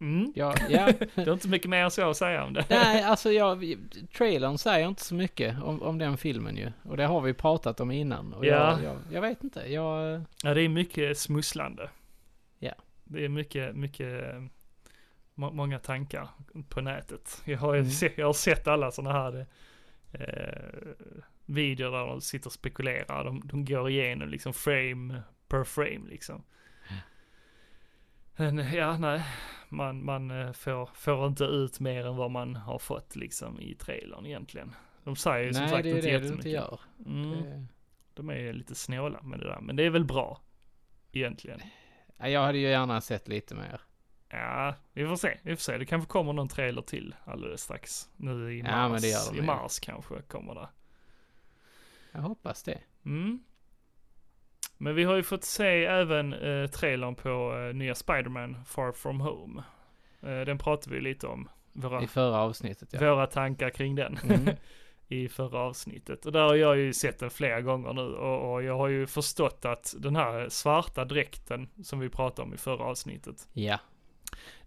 Mm.
Ja, ja.
Det är inte mycket mer så att säga om det.
Nej, alltså jag, trailern säger inte så mycket om, om den filmen ju. Och det har vi pratat om innan. Och
Ja.
jag, jag, jag vet inte, jag...
Ja, det är mycket smusslande.
Ja.
Det är mycket, mycket, eh, må- många tankar på nätet. Jag har, ju se, jag har sett alla sådana här eh, videor där de sitter och spekulerar. De, de går igenom liksom frame per frame liksom. Men ja, nej, man, man eh, får, får inte ut mer än vad man har fått liksom i trailern egentligen. De säger ju som
Nej,
sagt
det är
inte
det du
jättemycket.
inte gör.
Mm.
Det-
De är lite snåla med det där, men det är väl bra egentligen.
Ja, Jag hade ju gärna sett lite mer.
Ja, vi får se, vi får se. Det kanske kommer någon trailer till alldeles strax. Nu i
Ja,
mars,
men det gör de
i
ju.
mars kanske kommer det.
Jag hoppas det.
Mm. Men vi har ju fått se även eh, trailern på eh, nya Spider-Man Far From Home. Eh, den pratade vi ju lite om, våra,
I förra avsnittet ja.
våra tankar kring den
Mm.
i förra avsnittet. Och där har jag ju sett den flera gånger nu och, och jag har ju förstått att den här svarta dräkten som vi pratade om i förra avsnittet,
Ja.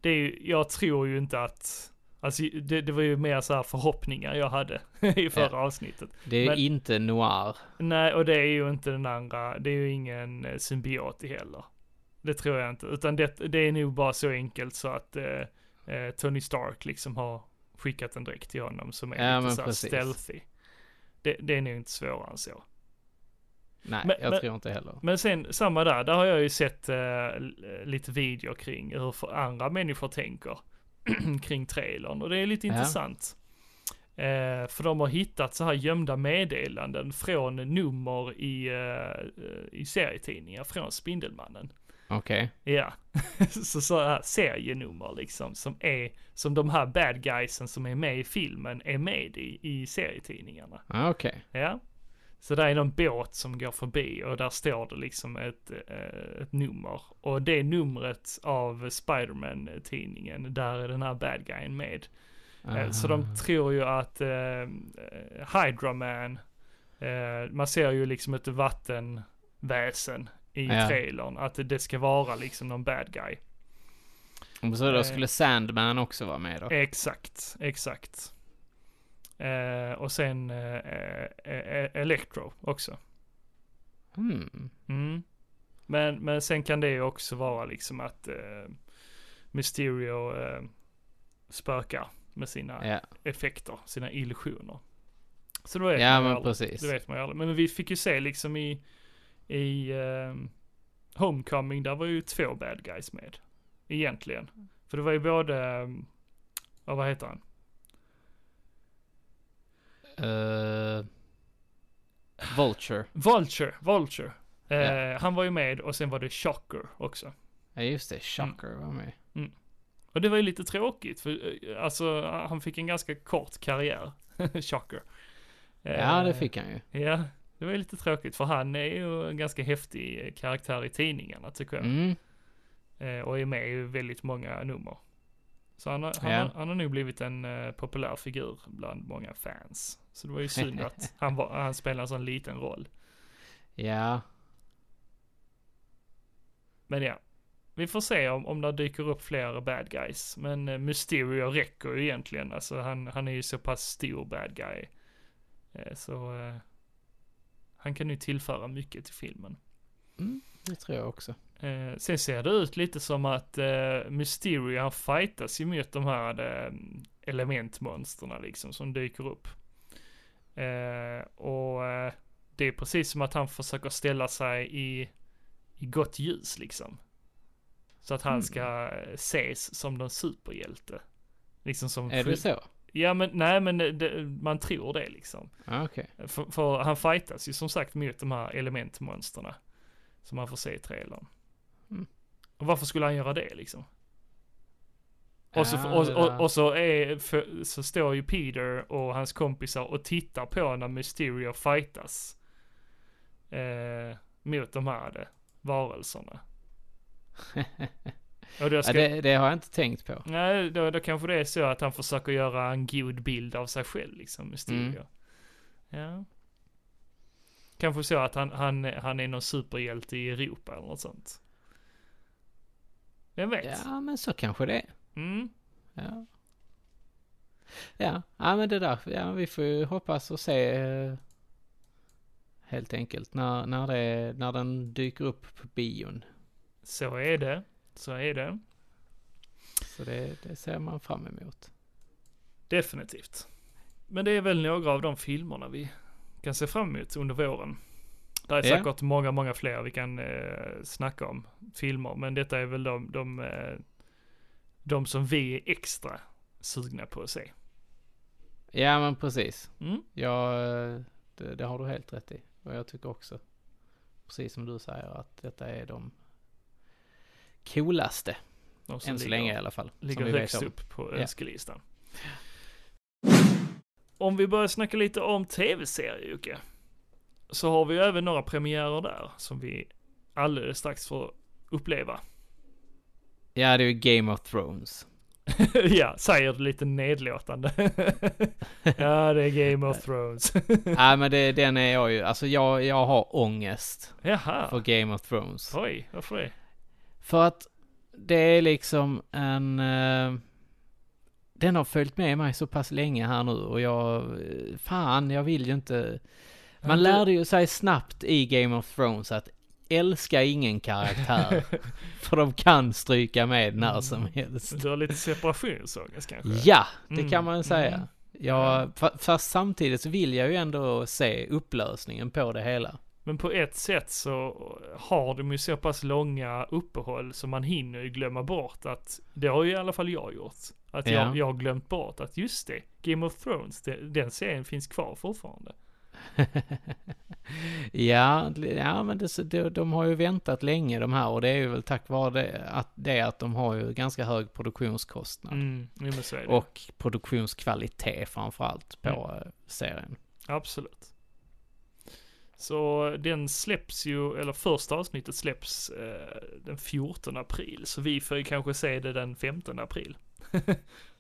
det är ju, jag tror ju inte att, alltså det, det var ju mer så här förhoppningar jag hade i förra
Ja.
avsnittet.
Det är
Men-
inte noir.
Nej, och det är ju inte den andra, det är ju ingen eh, symbiot heller. Det tror jag inte, utan det, det är nog bara så enkelt så att eh, eh, Tony Stark liksom har skickat en direkt till honom som är
Ja, men
lite så här
precis.
stealthy. Det, det är nog inte svårare än så.
Nej,
Men-
jag
men-
tror inte heller.
Men sen samma där, där har jag ju sett eh, l- lite video kring hur för- andra människor tänker kring trailern och det är lite
Ja.
intressant. Eh, för de har hittat så här gömda meddelanden från nummer i, eh, i serietidningar från Spindelmannen.
Okej.
Ja, så så här serienummer liksom som är, som de här bad guysen som är med i filmen är med i, i serietidningarna.
Ja, Okej.
Ja. Så där är någon båt som går förbi och där står det liksom ett, eh, ett nummer. Och det numret av Spiderman-tidningen, där är den här bad guyen med.
Ah.
Eh, Så de tror ju att eh, Hydra Man, eh, man ser ju liksom ett vattenväsen i
Ja.
trailern, att det ska vara liksom någon bad guy.
Om Så
eh,
då skulle Sandman också vara med då?
Exakt, exakt. Eh, och sen eh, eh, eh, Electro också.
Mm.
Mm. Men, men sen kan det ju också vara liksom att eh, Mysterio eh, spökar med sina
Ja.
effekter, sina illusioner. Så då vet
ja,
man ju
men
aldrig.
precis.
Det vet man ju aldrig. Men vi fick ju se liksom i, i eh, Homecoming, där var ju två bad guys med. Egentligen. För det var ju både, eh, ja, vad heter han?
Eh, Vulture.
Vulture, Vulture. Eh,
Ja.
Han var ju med och sen var det Shocker också.
Ja, just det. Shocker var med.
Och det var ju lite tråkigt för eh, alltså han fick en ganska kort karriär. Shocker.
Ja, det
Eh,
fick han ju.
Ja, det var ju lite tråkigt för han är ju en ganska häftig eh, karaktär i tidningarna tycker jag.
Mm.
Eh, och är med i väldigt många nummer. Så han har, han,
Ja.
har, han har nu blivit en eh, populär figur bland många fans. Så det var ju synd att han, var, han spelade en sån liten roll.
Ja.
Men ja, vi får se om, om det dyker upp fler bad guys. Men eh, Mysterio räcker ju egentligen. Alltså han, han är ju så pass stor bad guy. Eh, så eh, han kan ju tillföra mycket till filmen.
Mm. Det tror jag också.
Eh, sen ser det ut lite som att eh, Mysterio han fightas ju mot de här eh, elementmonsterna liksom som dyker upp. Eh, och eh, det är precis som att han försöker ställa sig i, i gott ljus liksom. Så att han
Mm.
ska eh, ses som någon superhjälte. Liksom som...
Är det så?
Ja men nej men eh, det, man tror det liksom.
Ja, Okej.
För, för han fightas ju som sagt mot de här elementmonsterna. Som man får se i trailern.
Mm.
Och varför skulle han göra det liksom? Och så,
Ah, Ja,
och,
det
och,
där.
och så, är, för, så står ju Peter och hans kompisar och tittar på när Mysterio fightas. Eh, mot de här eh, varelserna. Och då
Ja,
ska,
det, det har jag inte tänkt på.
Nej, då, då kanske det är så att han försöker göra en god bild av sig själv, liksom, Mysterio. Ja. Kanske så att han, han, han är någon superhjälte i Europa eller något sånt. Vem vet?
Ja, men så kanske det är.
Mm.
Ja. Ja, ja men det där. Ja, vi får ju hoppas och se eh, helt enkelt när, när, det, när den dyker upp på bion.
Så är det. Så är det.
Så det, det ser man fram emot.
Definitivt. Men det är väl några av de filmerna vi kan se fram emot under våren. Det är
Ja.
säkert många, många fler vi kan eh, snacka om filmer, men detta är väl de, de, eh, de som vi är extra sugna på att se.
Ja, men precis.
Mm.
Ja, eh, det, det har du helt rätt i. Och jag tycker också, precis som du säger, att detta är de coolaste.
De som
Än så
ligger-
länge i alla fall.
Ligger
vi vet
högst
om.
upp på
Ja.
önskelistan. Om vi börjar snacka lite om tv-serier Jocke. Så har vi ju även några premiärer där som vi alldeles strax får uppleva.
Ja, det är ju Game of Thrones.
ja, säger du lite nedlåtande. ja, det är Game of Thrones.
Nej, men det, den är jag ju, alltså jag, jag har ångest för
Jaha,
Game of Thrones.
oj, varför det?
För att det är liksom en... Eh, den har följt med mig så pass länge här nu och jag... eh, Fan, jag vill ju inte... Man
Men du-
lärde ju sig snabbt i Game of Thrones att älska ingen karaktär. för de kan stryka med när som
Mm.
helst.
Du har lite separationsångest kanske?
Ja, det
Mm,
kan man säga.
mhm.
Ja, fa- fast samtidigt så vill jag ju ändå se upplösningen på det hela.
Men på ett sätt så har de ju så pass långa uppehåll så man hinner ju glömma bort att det har ju i alla fall jag gjort. Att
Ja.
jag, jag har glömt bort att just det, Game of Thrones, det, den serien finns kvar fortfarande.
Ja, li- ja men det, de, de har ju väntat länge de här och det är ju väl tack vare det att, det att de har ju ganska hög produktionskostnad.
Mm, jo, men så är det.
Och produktionskvalitet framförallt på
Mm.
eh, serien.
Absolut. Så den släpps ju, eller första avsnittet släpps eh, den 14 april, så vi får ju kanske se det den 15 april.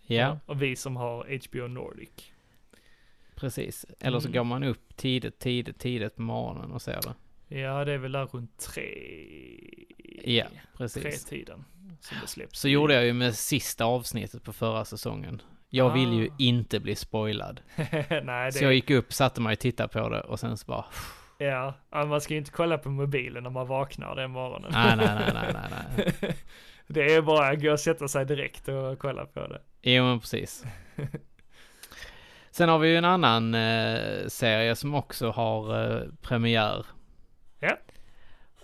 Ja,
Och vi som har HBO Nordic.
precis. Eller så
Mm.
går man upp tidigt, tidigt, tidigt på morgonen och ser det.
Ja, det är väl där runt tre...
Ja, precis.
Tre-tiden som det släpps.
Så gjorde jag ju med sista avsnittet på förra säsongen. Jag vill ju
Ah.
inte bli spoilad.
Nej, det...
Så jag gick upp, satte mig och tittade på det och sen så bara...
Ja, ja, man ska ju inte kolla på mobilen när man vaknar den morgonen.
Nej, nej, nej, nej, nej, nej.
det är bara att gå och sätta sig direkt och kolla på det.
Jo, men precis. Sen har vi ju en annan eh, serie som också har eh, premiär.
Ja.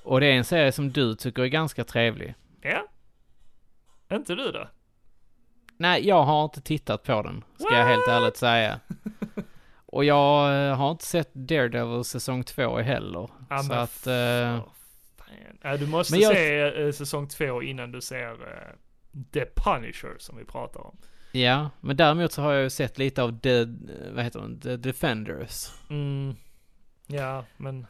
Och det är en serie som du tycker är ganska trevlig.
Ja. Inte du då?
Nej, jag har inte tittat på den, ska jag helt ärligt säga. Och jag eh, har inte sett Daredevil säsong två heller.
Ja,
så
men
att... Eh,
Fan. Ja, du måste
Men jag-
se eh, säsong två innan du ser eh, The Punisher som vi pratar om.
ja, men däremot så har jag ju sett lite av The... Vad heter den? The Defenders.
Mm. Ja, men...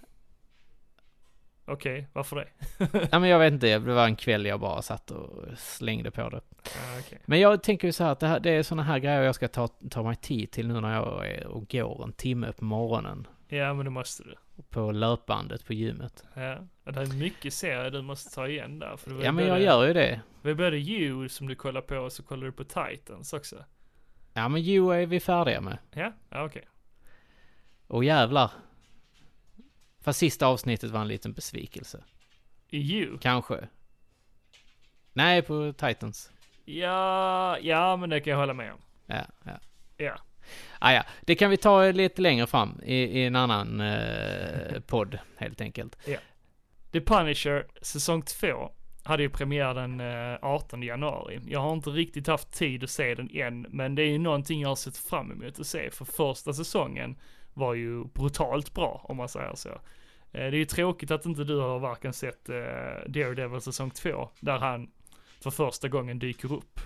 Okej, varför det?
Nej, men jag vet inte. Det var en kväll jag bara satt och slängde på det.
Ja, okej.
Men jag tänker ju så här att det, här, det är såna här grejer jag ska ta, ta mig tid till nu när jag är och går en timme på morgonen
Ja, men det måste du.
på löpbandet på gymmet.
Ja, Ja, det är mycket serier du måste ta igen där. För det var
Ja,
ju
men
både-
jag gör ju det.
Det var både You som du kollade på och så kollade du på Titans också.
Ja, men Jo är vi färdiga med.
Ja, ja okej.
Och jävlar. Fast sista avsnittet var en liten besvikelse.
I You?
Kanske. Nej, på Titans.
Ja, ja men det kan jag hålla med om.
Ja, ja.
Ja.
Ah, ja. Det kan vi ta lite längre fram i, i en annan eh, podd, helt enkelt.
The Punisher, säsong 2, hade ju premiär den eh, 18 januari. Jag har inte riktigt haft tid att se den än, men det är ju någonting jag har sett fram emot att se, för första säsongen var ju brutalt bra, om man säger så. Eh, Det är ju tråkigt att inte du har varken sett eh, Daredevil säsong 2, där han för första gången dyker upp,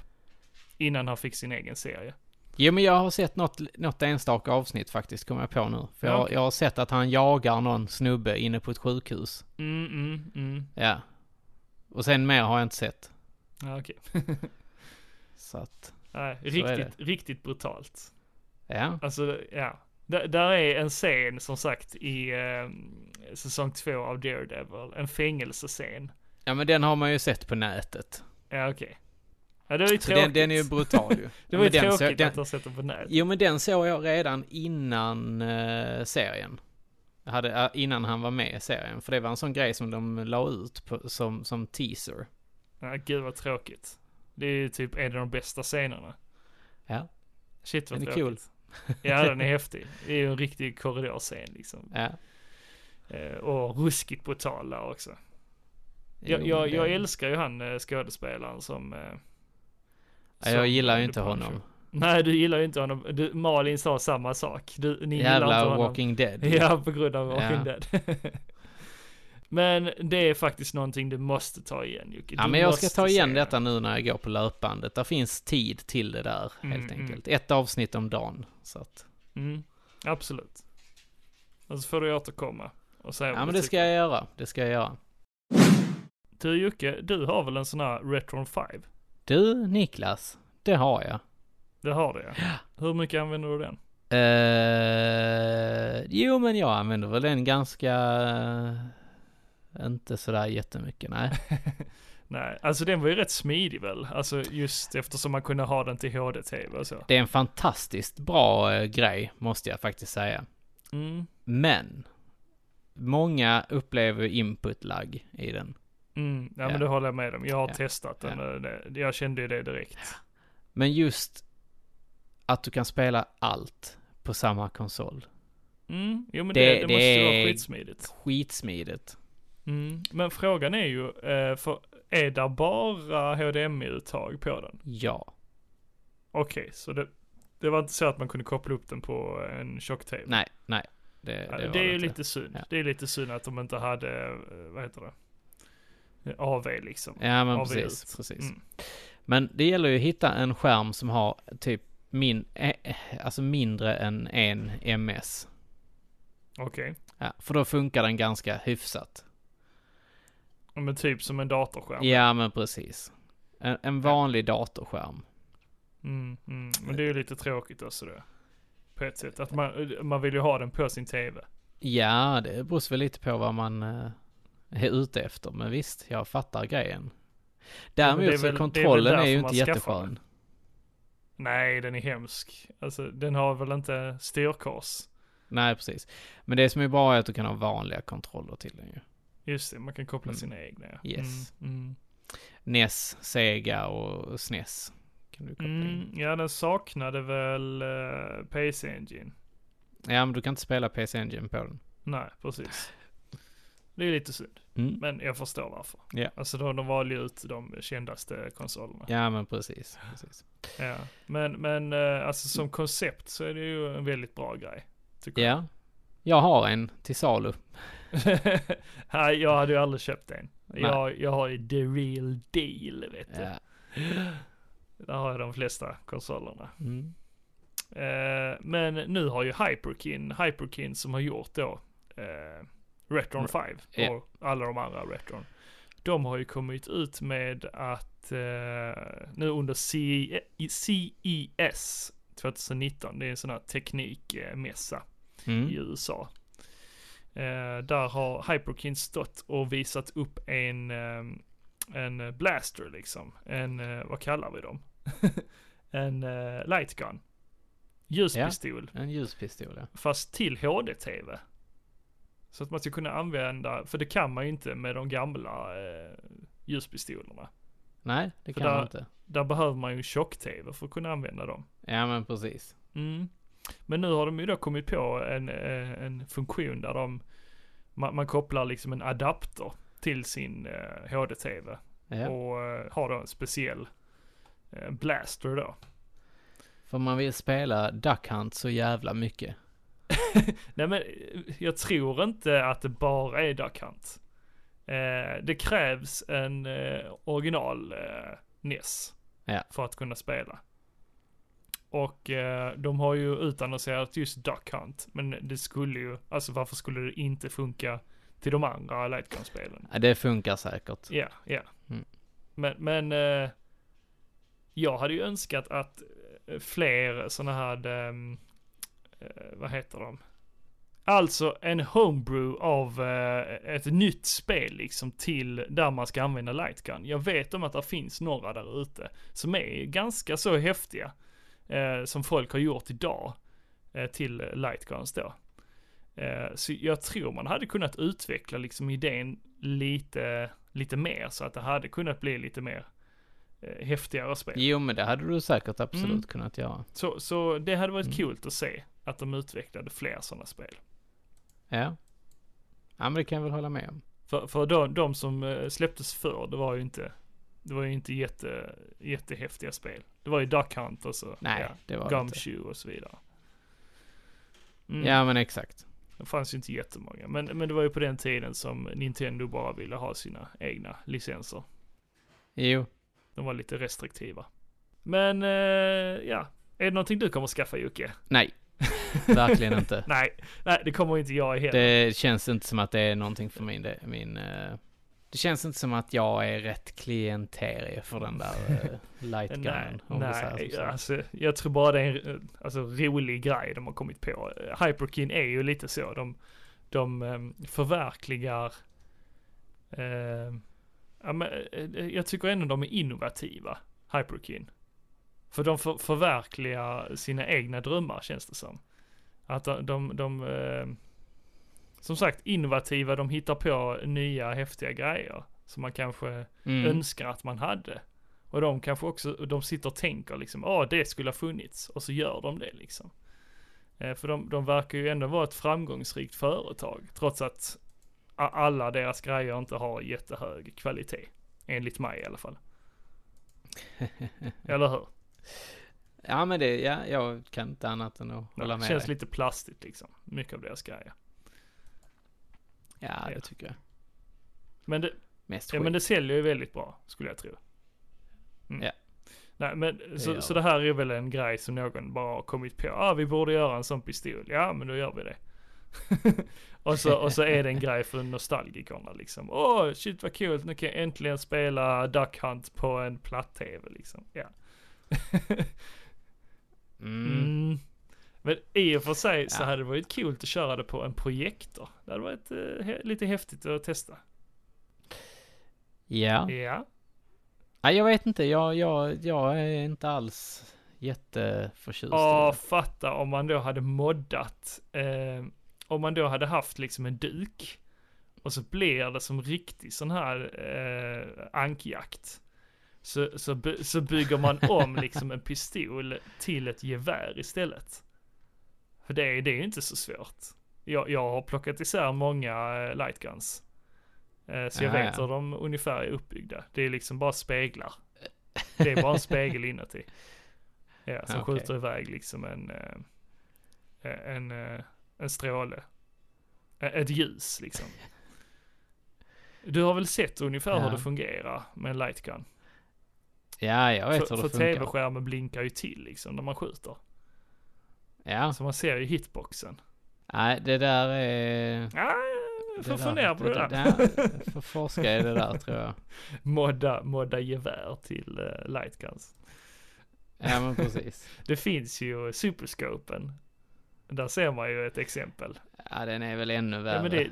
innan han fick sin egen serie.
Jo, men jag har sett något, något enstaka avsnitt faktiskt, kommer jag på nu. För
Ja,
jag,
okej.
jag har sett att han jagar någon snubbe inne på ett sjukhus.
Mm, mm, mm.
Ja. Och sen mer har jag inte sett.
Ja, okej.
Så att,
Nej,
Så är
riktigt, riktigt brutalt.
ja.
Alltså, ja. Där, där är en scen, som sagt, i eh, säsong två av Daredevil. En fängelsescen.
Ja, men den har man ju sett på nätet.
Ja, okej. Ja, det var ju
Så
tråkigt.
Alltså, den, den är ju brutal ju.
det var ju
Men den
tråkigt
så- den-
att ha sett den på nätet.
Jo, men den såg jag redan innan eh, serien. Jag hade, eh, innan han var med i serien. För det var en sån grej som de la ut på, som, som teaser.
Ja, gud vad tråkigt. Det är ju typ en av de bästa scenerna.
Ja.
Shit vad
Den är
tråkigt. Ja, den är häftig. Det är ju en riktig korridorscen liksom.
Ja.
Eh, Och ruskigt brutal där också. Jag,
Jo,
jag,
men
jag
den-
älskar ju han eh, skådespelaren som... eh,
Ja, jag
som
gillar ju
The
inte
Punisher.
honom.
Nej, du gillar ju inte honom. Du, Malin sa samma sak. Du, ni gillar inte
Jävla
honom.
Walking Dead.
Ja, på grund av Walking
Ja.
Dead. men det är faktiskt någonting du måste ta igen Jocke.
Ja,
Du
men jag ska
måste
ta igen
se
detta nu när jag går på löpbandet. Där finns tid till det där, helt
Mm,
enkelt. Ett avsnitt om dagen. Så att,
det. Mm, absolut. Och så får du återkomma och säga
ja,
vad
men
du
det ska jag göra. Det ska jag göra.
tycker. Du Jocke, du har väl en sån här Retron 5?
Du, Niklas, det har jag.
Det har du ja. Hur mycket använder du den?
Eh, jo, men jag använder väl den ganska... eh, inte sådär jättemycket, nej.
Nej, alltså den var ju rätt smidig väl? Alltså just eftersom man kunde ha den till HD-TV och så.
Det är en fantastiskt bra eh, grej, måste jag faktiskt säga.
Mm,
Men, många upplever input-lag i den.
mm, ja,
Ja.
men det håller jag med om. Jag har
Ja.
testat den.
Ja.
eh, det- Jag kände ju det direkt.
Men just att du kan spela allt på samma konsol.
Mm, jo men det,
Det-
det,
det
måste ju vara
är-
skitsmidigt.
Skitsmidigt.
Mm. Men frågan är ju, eh, för är det bara HDMI-uttag på den?
Ja.
Okej, så det, det var inte så att man kunde koppla upp den på en tjock-tv?
Nej, nej. Det,
Ja,
det,
det,
var
är ju
inte.
lite synd.
Ja.
Det är lite synd att de inte hade, eh, vad heter det, Eh, AV liksom.
Ja, men
AV
precis.
ut.
precis.
Mm.
Men det gäller ju att hitta en skärm som har typ min, eh, eh, alltså mindre än en MS.
Okej,
Ja, för då funkar den ganska hyfsat.
Ja, men typ som en datorskärm.
Ja, men precis. En, en vanlig datorskärm.
Mm, mm. Men det är ju lite tråkigt också det. På ett sätt, att man, man vill ju ha den på sin tv.
Ja, det beror väl lite på vad man eh, är ute efter, men visst, jag fattar grejen.
men det är
Däremot
väl- det är
så
väl
kontrollen är,
därför
ju
man
inte
skaffar
jätteskön.
Nej, den är hemsk. Alltså, den har väl inte styrkors.
Nej, precis. Men det som är bra är att du kan ha vanliga kontroller till den ju.
Just det, man kan koppla
Mm.
sina egna. ja.
Yes.
Mm,
NES, E Sega och SNES kan du koppla
mm.
in.
Mm, ja, den saknade väl eh, Pace Engine.
Ja, men du kan inte spela PC Engine på den.
Nej, precis. Det är lite synd,
Mm.
men jag förstår varför.
Ja.
Alltså de, de valde ju ut de kändaste konsolerna.
Ja, men precis. precis.
Ja. Men, men eh, alltså som koncept så är det ju en väldigt bra grej. Tycker
Ja. Jag har en till salu.
jag. Nej, jag hade ju aldrig köpt en.
Nej.
Jag, jag har ju the real deal, vet du.
Ja.
Där har jag de flesta konsolerna.
Mm.
Eh, men nu har ju Hyperkin, Hyperkin som har gjort då eh, Retron 5
Mm. Ja.
och alla de andra Retron. De har ju kommit ut med att eh, nu under E, CE E CES 2019, det är en sån här teknikmässa i
Mm.
USA. Eh, där har Hyperkin stått och visat upp en, eh, en blaster liksom. En, eh, vad kallar vi dem? en eh, light gun. Ljuspistol.
En ljuspistol, ja.
Fast till HD-TV. Så att man ska kunna använda, för det kan man ju inte med de gamla eh, ljuspistolerna.
Nej, det
För
kan man
där-
inte.
Där behöver man ju tjock-TV för att kunna använda dem.
Ja, men precis.
Mm. Men nu har de ju då kommit på en, eh, en funktion där de, man, man kopplar liksom en adapter till sin eh, HD-TV
Ja.
och eh, har då en speciell eh, blaster då.
För man vill spela Duck Hunt så jävla mycket.
Nej men eh, jag tror inte att det bara är Duck Hunt. Eh, det krävs en eh, original eh, NES
Ja.
för att kunna spela. Och eh, de har ju utannonserat just Duck Hunt, men det skulle ju, alltså varför skulle det inte funka till de andra Lightgun-spelen?
Ja, Det funkar säkert.
Ja, ja.
Mm.
Men, men eh, jag hade ju önskat att eh, fler sådana här, ehm, eh, vad heter de? Alltså en homebrew av eh, ett nytt spel liksom till där man ska använda lightgun. Jag vet om att det finns några där ute som är ganska så häftiga eh, som folk har gjort idag eh, till lightguns då. Eh, så jag tror man hade kunnat utveckla liksom idén lite, lite mer så att det hade kunnat bli lite mer eh, häftigare spel.
Jo, men det hade du säkert absolut
Mm.
kunnat göra.
Så, så det hade varit
Mm.
kul att se att de utvecklade fler sådana spel.
Ja. Ja, men det kan jag väl hålla med om.
För, för de, de som eh, släpptes förr, det var ju inte det var ju inte jätte, jättehäftiga spel. Det var ju Duck Hunt och så,
Nej,
ja,
det var det inte.
Gumshoe och så vidare. Mm.
Ja, men exakt.
Det fanns ju inte jättemånga, men, men det var ju på den tiden som Nintendo bara ville ha sina egna licenser.
Jo.
De var lite restriktiva. Men eh, ja, är det någonting du kommer skaffa Jocke?
Nej. Verkligen inte.
Nej, nej det kommer inte jag heller.
Det känns inte som att det är någonting för min... Det, min eh, det känns inte som att jag är rätt klienterig för den där eh, light
Nej,
gunnen. om vi säger
nej
så.
alltså, jag tror bara det är en alltså, rolig grej de har kommit på. Hyperkin är ju lite så, de, de ehm, förverkligar... ehm, ja, men, eh, jag tycker ändå de är innovativa, Hyperkin. För de för, förverkligar sina egna drömmar känns det som. Att de, de, de ehm, som sagt innovativa, de hittar på nya häftiga grejer. Som man kanske
Mm.
önskar att man hade. Och de kanske också, de sitter och tänker liksom, ja ah, det skulle ha funnits. Och så gör de det liksom. Eh, för de, de verkar ju ändå vara ett framgångsrikt företag. Trots att a- alla deras grejer inte har jättehög kvalitet. Enligt mig i alla fall. Eller hur?
Ja, men det... Ja, jag kan inte annat än att hålla
Det
med
känns
dig.
lite plastigt liksom. Mycket av deras grejer.
Ja,
Ja.
det tycker jag.
Men det,
Mest
Ja
skit.
men det säljer ju väldigt bra, skulle jag tro. Mm.
Ja.
Nej men så,
gör det.
så det här är väl en grej som någon bara har kommit på. Ah vi borde göra en sån pistol. Ja men då gör vi det. och, så, och så är det en grej för nostalgikerna liksom. Åh shit vad kul, nu kan jag äntligen spela Duck Hunt på en platt-tv liksom. Ja.
Mm.
Mm. Men i och för sig så
Ja.
hade det varit kul att köra det på en projektor. Det hade varit eh, he- lite häftigt att testa.
Ja.
Ja.
ja, jag vet inte. Jag, jag, jag är inte alls jätteförtjust
Ja,
i
fatta om man då hade moddat, eh, om man då hade haft liksom en duk och så blir det som riktig sån här eh, ankjakt. Så, så, by- så bygger man om liksom en pistol till ett gevär istället. För det, är- det är ju inte så svårt. Jag, jag har plockat isär många eh, lightguns. Eh, så jag
Ah,
vet
ja.
hur de ungefär är uppbyggda. Det är liksom bara speglar. Det är bara en spegel inuti. Ja, som
Ah, okej.
skjuter iväg liksom en, eh, en, eh, en stråle. Eh, Ett ljus liksom. Du har väl sett ungefär hur
Ja.
det fungerar med en lightgun?
det. Ja, jag vet
För,
hur det
för
funkar.
tv-skärmen blinkar ju till liksom när man skjuter.
Ja,
Så man ser ju hitboxen.
nej, det där är...
Ah, jag får fundera på det där.
där. Får forska i det där tror jag.
modda, modda gevär till eh, lightguns.
Ja men precis.
Det finns ju superscopen. Där ser man ju ett exempel.
Ja den är väl ännu värre.
Ja, men det,
är
jo,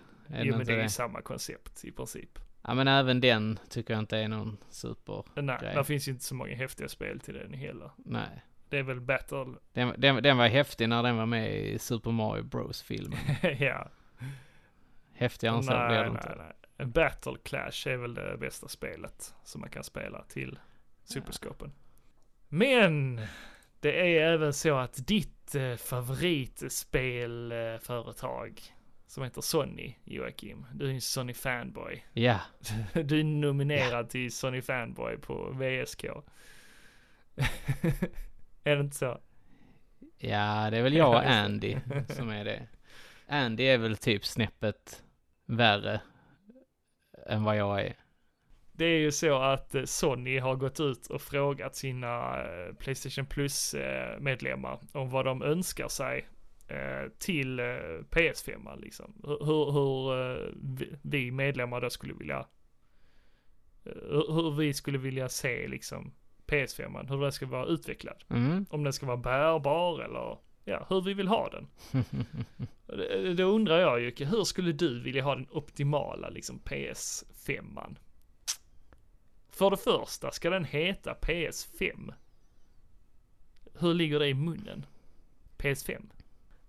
men
den inte
det är ju
det?
samma koncept i princip.
Ja men även den tycker jag inte är någon super...
Nej,
Grej.
där finns ju inte så många häftiga spel till den heller.
Nej.
Det är väl battle,
Den, den, den var häftig när den var med i Super Mario Bros filmen.
ja.
Häftigare än så blir det inte.
nej. En battle clash är väl det bästa spelet som man kan spela till superscopen. Men det är även så att ditt eh, favoritspelföretag eh, som heter Sony, Joakim, du är en Sony fanboy.
Ja.
Du är nominerad till Sony Fanboy på VSK. är det inte så?
Ja det är väl jag och
Ja, just det.
Andy som är det. Andy är väl typ snäppet värre än vad jag är.
Det är ju så att eh, Sony har gått ut och frågat sina eh, Playstation Plus-medlemmar om vad de önskar sig eh, till eh, PS5. Liksom. Hur, hur- hur eh, vi- vi medlemmar då skulle vilja eh, hur hur vi skulle vilja se liksom PS5, hur den ska vara utvecklad.
Mm.
Om den ska vara bärbar eller ja, hur vi vill ha den. Och det- Då undrar jag Jocke, hur skulle du vilja ha den optimala liksom PS5? För det första, ska den heta PS5? Hur ligger det i munnen? PS5?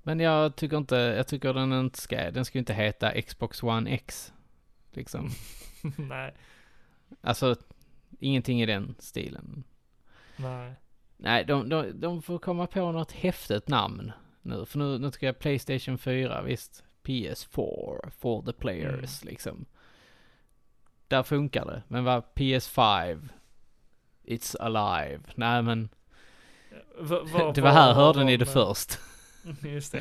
Men jag tycker inte, jag tycker den inte ska, den ska ju inte heta Xbox One X. Liksom.
nej,
Alltså, ingenting i den stilen.
nej.
Nej, de, de, de får komma på något häftigt namn nu. För nu, nu tycker jag Playstation 4, visst. PS4, for
Mm.
the players, liksom. Där funkar det. Men vad PS5, It's alive. Nej men,
Va- va-
det var här
vad-
hörde ni
vad-
det först.
Just det.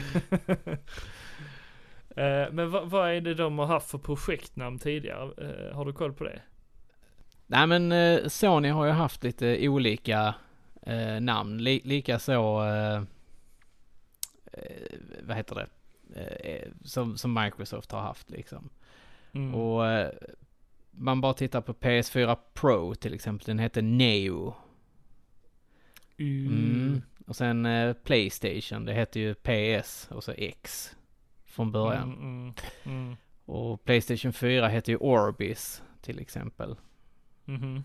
Eh, Men vad, vad är det de har haft för projektnamn tidigare? Eh, Har du koll på det?
Nej men eh, Sony har ju haft lite olika eh, namn. Li- Likaså, eh, eh, vad heter det? Eh, som, som Microsoft har haft liksom.
Mm.
Och eh, man bara tittar på PS4 Pro till exempel. Den hette Neo. Mm. Och sen eh, Playstation. Det hette ju PS och så X från början.
Mm, mm, mm,
Och Playstation 4 hette ju Orbis till exempel.
mhm.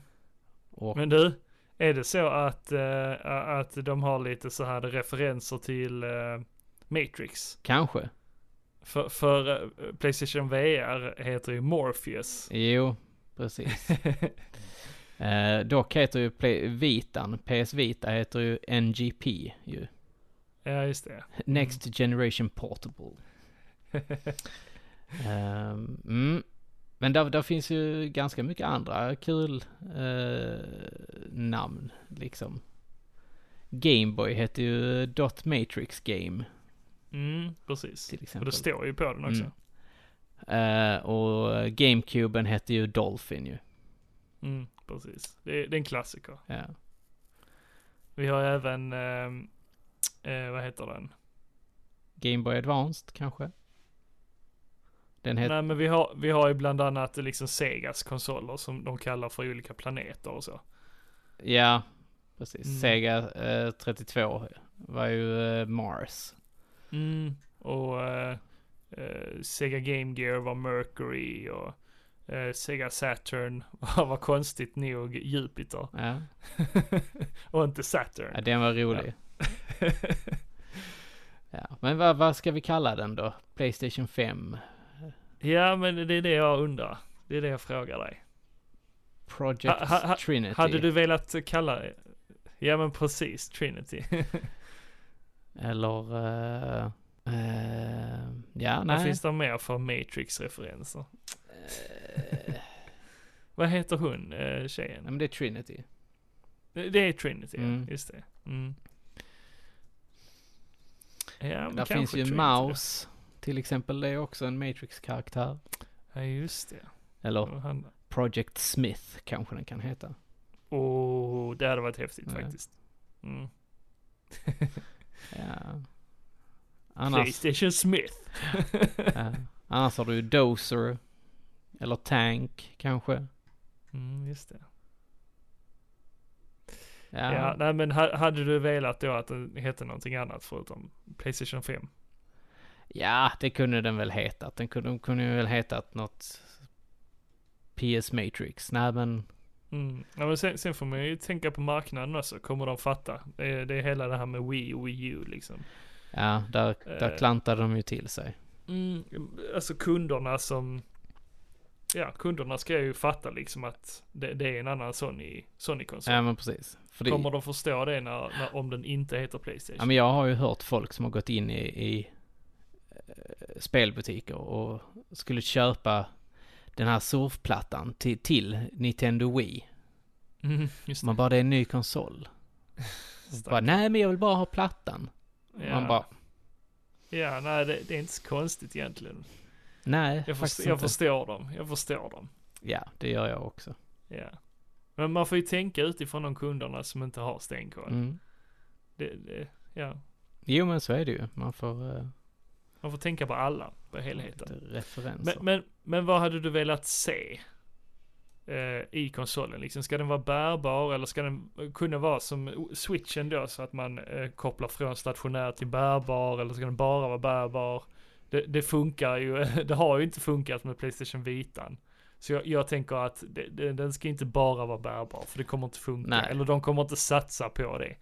Och
Men du, är det så att, eh, att de har lite så här referenser till eh, Matrix?
kanske.
För, för eh, Playstation VR heter ju Morpheus.
Jo, precis. eh, dock heter ju Play- Vitan, PS Vita heter ju NGP
Mm.
ju.
Ja, just det.
Next Generation Portable. Ehm, mm. Men där, där finns ju ganska mycket andra kul eh, namn liksom. Gameboy hette ju Dot Matrix Game
Mm, precis.
till
Och
exempel.
det står ju på den också.
Mm. Eh, och GameCuben hette ju Dolphin ju.
Mm, precis. Det, är- det är en klassiker.
Ja.
Vi har även, ehm, eh, vad heter den?
Gameboy Advanced kanske? Den heter...
Nej men vi har, vi har ju bland annat liksom Segas konsoler som de kallar för olika planeter och så.
Ja, precis.
Mm.
Sega eh, 32 var ju eh, Mars.
Mm. Och eh, eh, Sega Game Gear var Mercury och eh, Sega Saturn var, var konstigt nog Jupiter.
Ja,
och inte
ja
Saturn.
den var rolig. Ja. Men vad, vad ska vi kalla den då? Playstation 5?
ja men det är det jag undrar. Det är det jag frågar dig.
Project
Ha- ha- ha-
Trinity?
Hade du velat kalla Ja men precis, Trinity.
Eller... eh, eh, ja,
Vad
nej.
finns det mer för Matrix-referenser? Vad heter hon, eh,
Eh, nej.
tjejen?
Men det är Trinity.
Det det är Trinity,
Mm.
ja. Just det. Mm. Ja, men
Där
kanske
finns ju
Trinity då.
Mouse till exempel. Det är också en Matrix-karaktär.
Ja, just det.
Eller
Och han-
Project Smith kanske den kan heta.
Åh, oh, det hade varit häftigt
Ja.
faktiskt. Mm.
Ja. Annars,
Playstation Smith.
ja. annars har du ju Dozer. Eller Tank kanske.
Mm, just det. Ja.
Ja.
nej men ha- hade du velat då att den hette någonting annat förutom Playstation 5?
Ja, det kunde den väl hetat. Den kunde, de kunde ju väl hetat något PS Matrix. Nej men,
Mm. Ja, men sen, sen får man ju tänka på marknaden också. Kommer de fatta? Det är, det är hela det här med Wii och Wii U liksom.
ja, där, där
Eh.
klantade de ju till sig.
Mm, alltså kunderna som... Ja, kunderna ska ju fatta liksom att det, det är en annan Sony, Sony-konsol.
Ja men precis. För det,
Kommer de förstå det när, när, om den inte heter Playstation?
ja, men jag har ju hört folk som har gått in i, i eh, spelbutiker och skulle köpa den här surfplattan till, till Nintendo Wii.
Mm, just det.
Man bara, det är en ny konsol.
Stack.
Bara, nej men jag vill bara ha plattan.
ja.
Man bara,
Ja, nej det, det är inte så konstigt egentligen.
nej
Jag,
faktiskt
förstår, jag
inte.
förstår dem, jag förstår dem.
Ja, det gör jag också.
Ja. Men man får ju tänka utifrån de kunderna som inte har stenkoll.
Mm.
Det, det, ja.
Jo men så är det ju. Man får eh,
Man får tänka på alla, på
Mm.
helheten.
lite referenser.
Men, men, men vad hade du velat se eh, i konsolen? Liksom, ska den vara bärbar eller ska den eh, kunna vara som o- switchen då så att man eh, kopplar från stationär till bärbar eller ska den bara vara bärbar? Det, det funkar ju, det har ju inte funkat med Playstation Vitan. Så jag, jag tänker att det, det, den ska inte bara vara bärbar för det kommer inte funka.
Nej.
Eller de kommer inte satsa på det.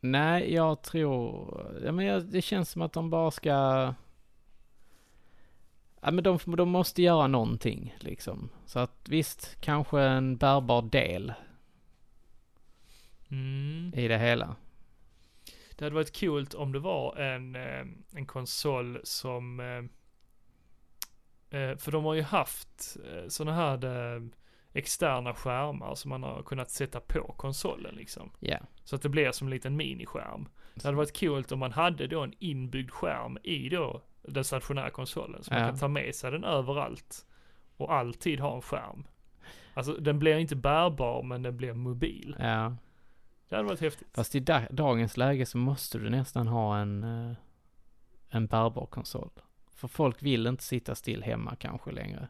Nej, jag tror... Ja, men jag, det känns som att de bara ska... Ja, men de, de måste göra någonting, liksom. Så att visst, kanske en bärbar del
Mm.
i det hela.
Det hade varit coolt om det var en, eh, en konsol som... eh, eh, För de har ju haft sådana här eh, externa skärmar som man har kunnat sätta på konsolen liksom.
Ja,
Så att det blir som en liten miniskärm. Det hade varit coolt om man hade då en inbyggd skärm i då den stationära konsolen. Så man
Ja.
kan ta med sig den överallt och alltid ha en skärm. Alltså den blir inte bärbar men den blir mobil.
ja.
Det hade varit häftigt.
Fast i da- dagens läge så måste du nästan ha en, eh, en bärbar konsol. För folk vill inte sitta still hemma kanske längre.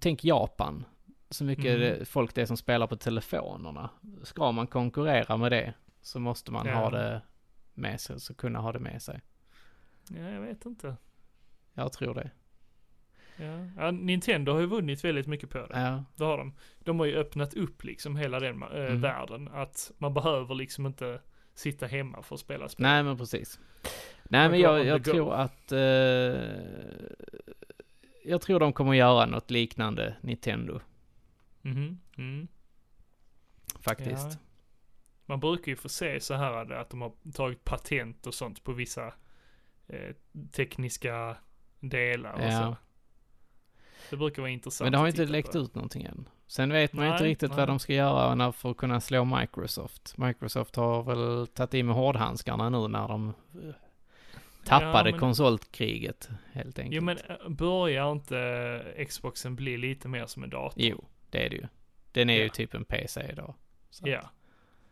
Tänk Japan. Så mycket
Mm.
det- folk det är som spelar på telefonerna. Ska man konkurrera med det så måste man
Ja.
ha det med sig, så kunna ha det med sig.
Ja, jag vet inte.
Jag tror det.
Ja. Ja, Nintendo har ju vunnit väldigt mycket på det.
Ja,
Det har de. De har ju öppnat upp liksom hela den eh,
Mm.
världen. Att man behöver liksom inte sitta hemma för att spela spel.
nej men precis. Nej
Och
men
då
jag,
on
jag
the go.
tror att... Eh, jag tror de kommer göra något liknande Nintendo
Mhm. Mm.
faktiskt.
Ja. Man brukar ju få se så här att de har tagit patent och sånt på vissa eh, tekniska delar och
Ja.
så. Det brukar vara intressant.
Men det har
att
inte
titta
läckt
på.
ut någonting än. Sen vet man ju inte
Nej,
riktigt
nej.
vad de ska göra när för att kunna slå Microsoft. Microsoft har väl tagit i med hårdhandskarna nu när de eh, tappade
Ja, men-
konsolkriget helt enkelt.
Jo men eh, börjar inte eh, Xboxen bli lite mer som en dator?
Jo, det är det ju. Den är ju
Ja.
typ en PC idag. Så att-
Ja,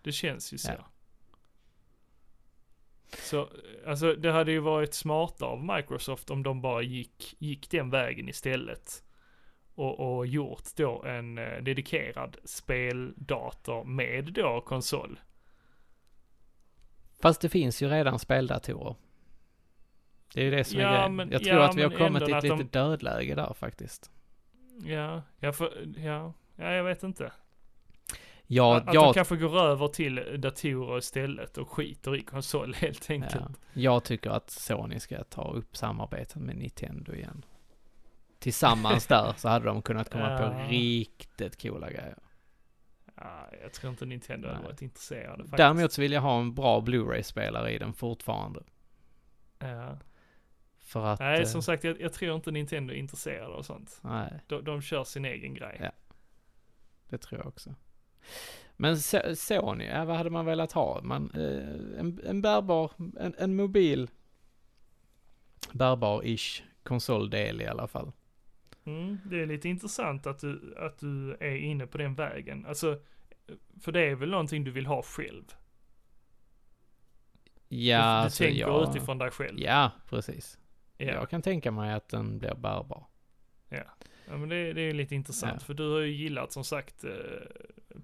det känns ju så.
Ja.
Så, alltså det hade ju varit smart av Microsoft om de bara gick, gick den vägen istället. Och, och gjort då en eh, dedikerad speldator med då konsol.
Fast det finns ju redan speldatorer. Det är ju det som
Ja,
är grejen.
men-
Jag tror
ja,
att vi har
men
kommit
ändå
till ett
att
litet
de-
dödläge där faktiskt.
Ja, ja, för, ja, ja jag vet inte.
Ja,
att de
jag,
kanske går över till datorer istället och skiter i konsol helt enkelt.
ja, jag tycker att Sony ska ta upp samarbeten med Nintendo igen. Tillsammans där så hade de kunnat komma
Ja.
på riktigt coola grejer.
Ja, jag tror inte Nintendo hade
Nej.
varit intresserade faktiskt.
Däremot så vill jag ha en bra Blu-ray-spelare i den fortfarande.
Ja.
För att... eh,
Nej, som sagt, jag, jag tror inte Nintendo är intresserade av sånt.
nej,
De, de kör sin egen grej.
Ja. det tror jag också. Men Se- Sony, ja, vad hade man velat ha? Man, eh, en, en bärbar, en, en mobil bärbar-ish konsoldel i alla fall.
Mm, det är lite intressant att du, att du är inne på den vägen. Alltså, för det är väl någonting du vill ha själv?
Ja,
du du
alltså,
tänker
jag,
utifrån dig själv?
Ja, precis.
Ja.
Jag kan tänka mig att den blir bärbar.
Ja, men det, det är lite intressant,
Ja.
för du har ju gillat som sagt eh,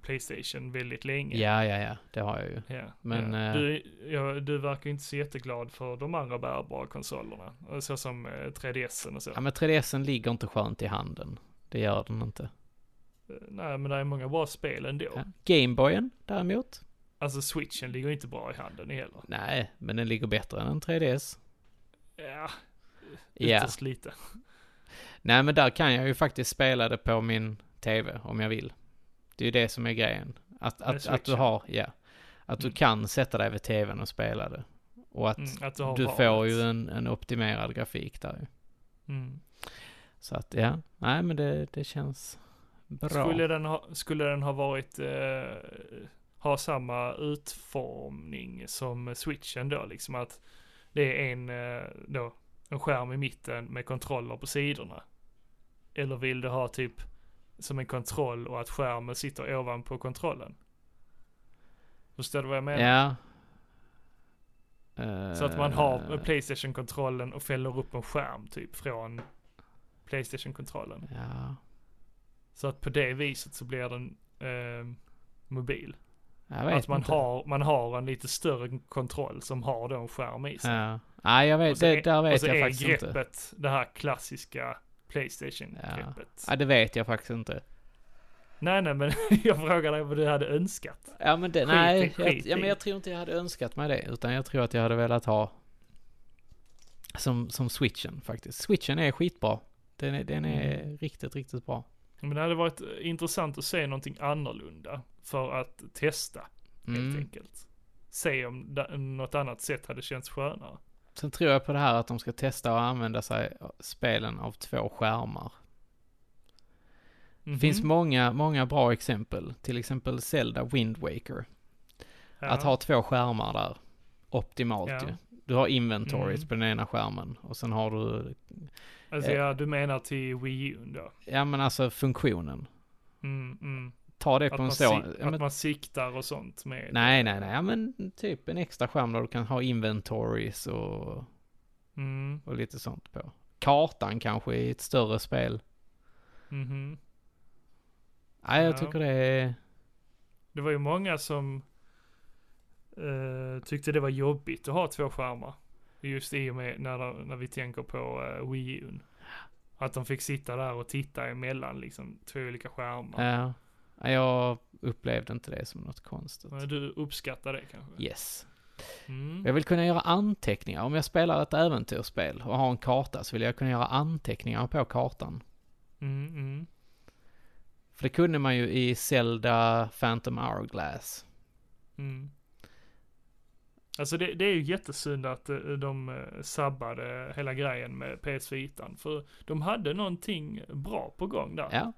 Playstation väldigt länge.
Ja, ja, ja, det har jag ju.
Ja,
Men,
ja.
eh,
Du, ja, du verkar ju inte så jätteglad för de andra bärbara konsolerna, eh, så som eh, 3DSen och så.
Ja, men 3DSen ligger inte skönt i handen. Det gör den inte.
Eh, Nej, men det är många bra spel ändå.
Ja. Gameboyen däremot?
Alltså switchen ligger ju inte bra i handen heller.
Nej, men den ligger bättre än en 3DS.
Ja,
Ja,
ytterst lite.
nej men där kan jag ju faktiskt spela det på min TV om jag vill. Det är ju det som är grejen. Att, att, att du
switchen.
har, ja. Att du
Mm.
kan sätta dig vid TVn och spela det. Och att
Mm, att du har
du
valet.
får ju en, en optimerad grafik där ju.
Mm.
Så att ja, nej men det, det känns bra.
Skulle den ha, skulle den ha varit, eh, ha samma utformning som switchen då, liksom att det är en, eh, då, en skärm i mitten med kontroller på sidorna? Eller vill du ha typ som en kontroll och att skärmen sitter ovanpå kontrollen? Förstår du vad jag menar?
Ja.
Så att man har
Eh,
Playstation-kontrollen och fäller upp en skärm typ från Playstation-kontrollen.
Ja,
Så att på det viset så blir den eh, mobil.
jag vet
Att man
inte.
har, man har en lite större kontroll som har då en skärm i sig.
Ja. Nej, jag
Och
vet,
så
det,
är-
där
och
vet
så
jag
är
faktiskt inte.
greppet det här klassiska Playstation-greppet.
Ja, det vet jag faktiskt inte.
Nej, nej, men jag frågar dig vad du hade önskat.
Ja, men det,
Skit i-
nej, jag,
skit
ja, men
i.
jag tror inte jag hade önskat mig det, utan jag tror att jag hade velat ha som, som switchen faktiskt. Switchen är skitbra. Den är, den är
Mm.
riktigt, riktigt bra.
Men det hade varit eh, intressant att se någonting annorlunda för att testa helt
Mm.
enkelt. Se om da- något annat sätt hade känts skönare.
Sen tror jag på det här att de ska testa att använda sig av spelen av två skärmar.
Mhm.
finns många, många bra exempel. Till exempel Zelda Wind Waker.
Ja.
Att ha två skärmar där. Optimalt
Ja.
ju. Du har inventoriet
Mm.
på den ena skärmen och sen har du,
Alltså
eh.
ja, du menar till Wii U då?
ja men alltså funktionen.
Mm, mm.
Ta det
Att,
på en
man
sån.
sik-
Ja,
att
men,
man siktar och sånt med?
nej, nej, nej, ja, men typ en extra skärm där du kan ha inventories och,
Mm,
och lite sånt på. Kartan kanske i ett större spel.
mhm.
Nej, jag
Ja.
tycker det är,
Det var ju många som eh, tyckte det var jobbigt att ha två skärmar. Just i och med när, de- när vi tänker på eh, Wii U. Att de fick sitta där och titta emellan liksom två olika skärmar.
ja. Ja, jag upplevde inte det som något konstigt.
Eh, Du uppskattar det kanske?
Yes.
Mm.
Jag vill kunna göra anteckningar. Om jag spelar ett äventyrsspel och har en karta så vill jag kunna göra anteckningar på kartan.
Mm, mm.
För det kunde man ju i Zelda Phantom Hourglass.
Mm. Alltså det, det är ju jättesynd att eh, de eh, sabbade hela grejen med PS Vitan. För de hade någonting bra på gång där.
Ja.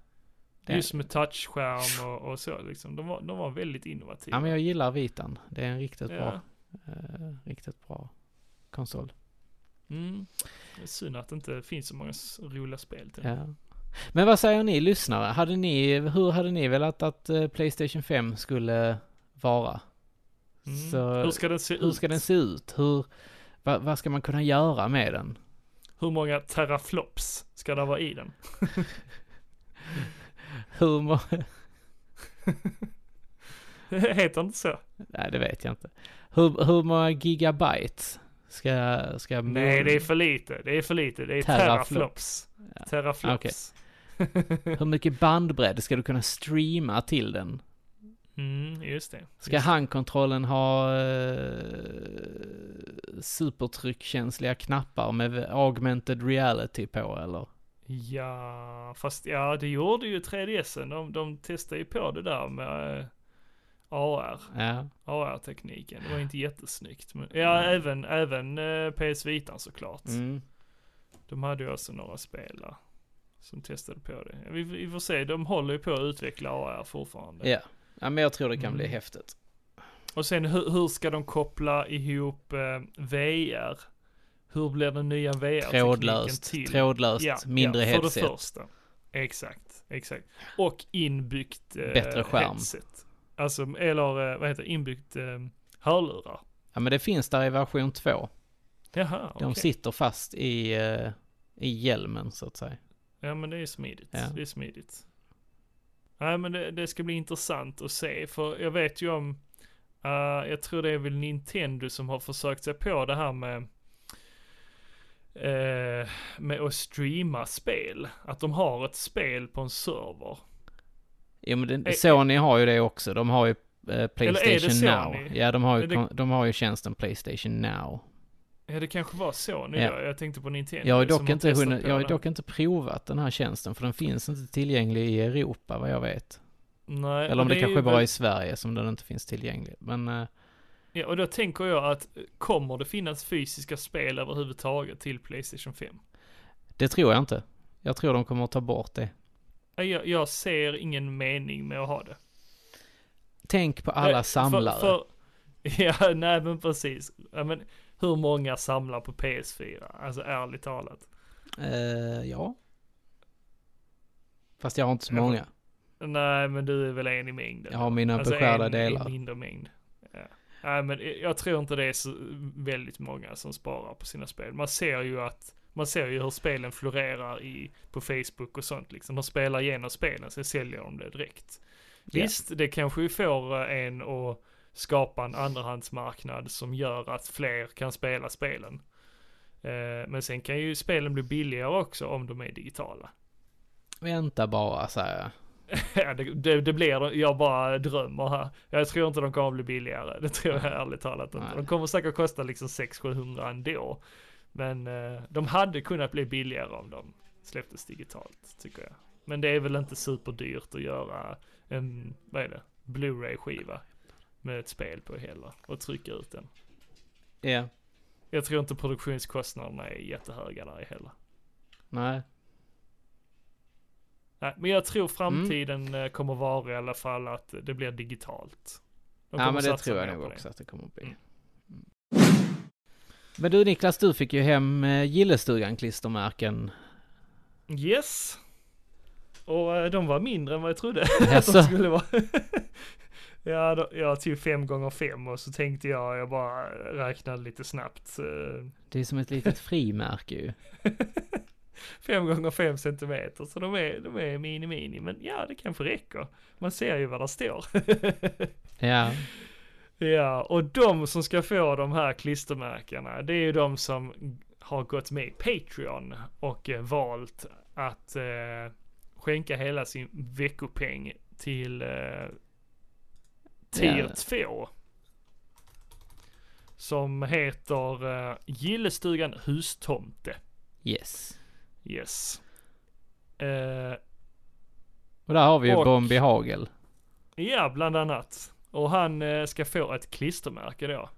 Det,
Just med touchskärm och, och så liksom. De var, de var väldigt innovativa.
ja, men jag gillar vitan. Det är en riktigt
Ja.
bra, eh, riktigt bra konsol.
Mm. Det är synd att det inte finns så många s- roliga spel till.
Ja. Men vad säger ni lyssnare? Hade ni, hur hade ni velat att eh, Playstation 5 skulle vara?
Mm.
Så,
hur ska den se
hur
ut?
ska den se ut? Hur, vad, vad ska man kunna göra med den?
Hur många teraflops ska det vara i den? Mm.
Hur må,
Heter det inte så?
Nej, det vet jag inte. Hur, hur många gigabyte ska... ska
Nej, det är för lite. Det är för lite. Det är
Mm. Teraflops.
teraflops.
Ja.
Teraflops.
Hur mycket bandbredd ska du kunna streama till den?
Mm, just det.
Ska handkontrollen ha eh, supertryckkänsliga knappar med augmented reality på eller?
Ja, fast ja, det gjorde ju 3DSen. De, de testade ju på det där med eh, AR,
Ja.
AR-tekniken. Det var inte jättesnyggt. Men, ja, även, även eh, PS Vitan såklart.
Mm.
De hade ju också några spelare som testade på det. Ja, Vi, vi får se, de håller ju på att utveckla AR fortfarande.
Ja. ja, men jag tror det kan
Mm.
bli häftigt.
Och sen hur, hur ska de koppla ihop eh, VR? Hur blir den nya VR-tekniken
Trådlöst,
till?
trådlöst, mindre
ja, För
headset.
det första. Exakt, exakt. Och inbyggt eh,
Bättre skärm.
headset. Alltså, eller eh, vad heter det, inbyggt eh, hörlurar.
Ja, men det finns där i version 2.
Jaha, okej.
De sitter fast i, eh, i hjälmen så att säga.
Ja men det är smidigt,
Ja.
det är smidigt. Nej men det, det ska bli intressant att se, för jag vet ju om, eh, jag tror det är väl Nintendo som har försökt sig på det här med eh, med att streama spel. Att de har ett spel på en server.
Jo, men den,
Ä-
Sony har ju det också. De har ju eh, Playstation
Sony?
Now. Ja, de har, ju,
Är det-
kon- de har ju tjänsten Playstation Now.
Ja det kanske var så nu,
Ja.
jag, jag tänkte på Nintendo.
Jag har, ju
som
dock inte
testat
hunnit,
på
jag har ju
det.
dock inte provat den här tjänsten, för den finns inte tillgänglig i Europa vad jag vet.
Nej,
Eller om
och
det,
är
kanske
ju
bara är
väl-
i Sverige som den inte finns tillgänglig. Men eh,
Ja, och då tänker jag att eh, kommer det finnas fysiska spel överhuvudtaget till Playstation 5?
det tror jag inte. Jag tror de kommer att ta bort det.
Nej, Jag, jag ser ingen mening med att ha det.
Tänk på
Eh, för-
alla samlare.
för- ja, nej men precis. Ja, men hur många samlar på PS4? Alltså ärligt talat.
Eh, ja. Fast jag har inte så
Ja, men-
många.
Nej, men du är väl en i mängden?
Jag har mina
alltså
beskärda
en i
delar.
mindre mängd. Ja. Nej, men eh, jag tror inte det är så väldigt många som sparar på sina spel. Man ser ju att man ser ju hur spelen florerar i, på Facebook och sånt liksom. De spelar igenom spelen, sen säljer de det direkt.
Ja.
Visst, det kanske ju får eh, en att skapa en andrahandsmarknad som gör att fler kan spela spelen. Eh, Men sen kan ju spelen bli billigare också om de är digitala.
Vänta bara, säger jag.
Ja, det, det, det blir, jag bara drömmer här. Jag tror inte de kommer bli billigare, det tror jag ärligt talat inte.
Nej.
De kommer säkert kosta liksom 600-700 ändå. Men eh, de hade kunnat bli billigare om de släpptes digitalt, tycker jag. Men det är väl inte superdyrt att göra en, vad är det, Blu-ray-skiva med ett spel på heller och trycka ut den.
Ja.
Jag tror inte produktionskostnaderna är jättehöga där heller.
Nej.
Nej, men jag tror framtiden
Mm.
eh, kommer vara i alla fall att det blir digitalt. De
Ja,
kommer
men det
satsa
tror jag
mer
nog
på det.
också att det kommer att bli.
Mm.
Mm. Men du Niklas, du fick ju hem eh, Gillestugan-klistermärken.
Yes. Och eh, de var mindre än vad jag trodde att
Jaså?
de skulle vara. ja, då, jag tog fem gånger fem och så tänkte jag, jag bara räknade lite snabbt. eh,
Det är som ett litet frimärke ju.
Fem gånger fem centimeter, så de är, de är mini-mini. Men ja, det kanske räcker. Man ser ju vad det står.
Ja,
Ja, och de som ska få de här klistermärkena, det är ju de som har gått med i Patreon och eh, valt att eh, skänka hela sin veckopeng till eh, tier
Ja.
2. Som heter eh, Gillestugan Hustomte.
yes.
Yes. Eh,
Och där har vi ju
Och-
Bombi Hagel.
Ja, bland annat. Och han eh, ska få ett klistermärke då.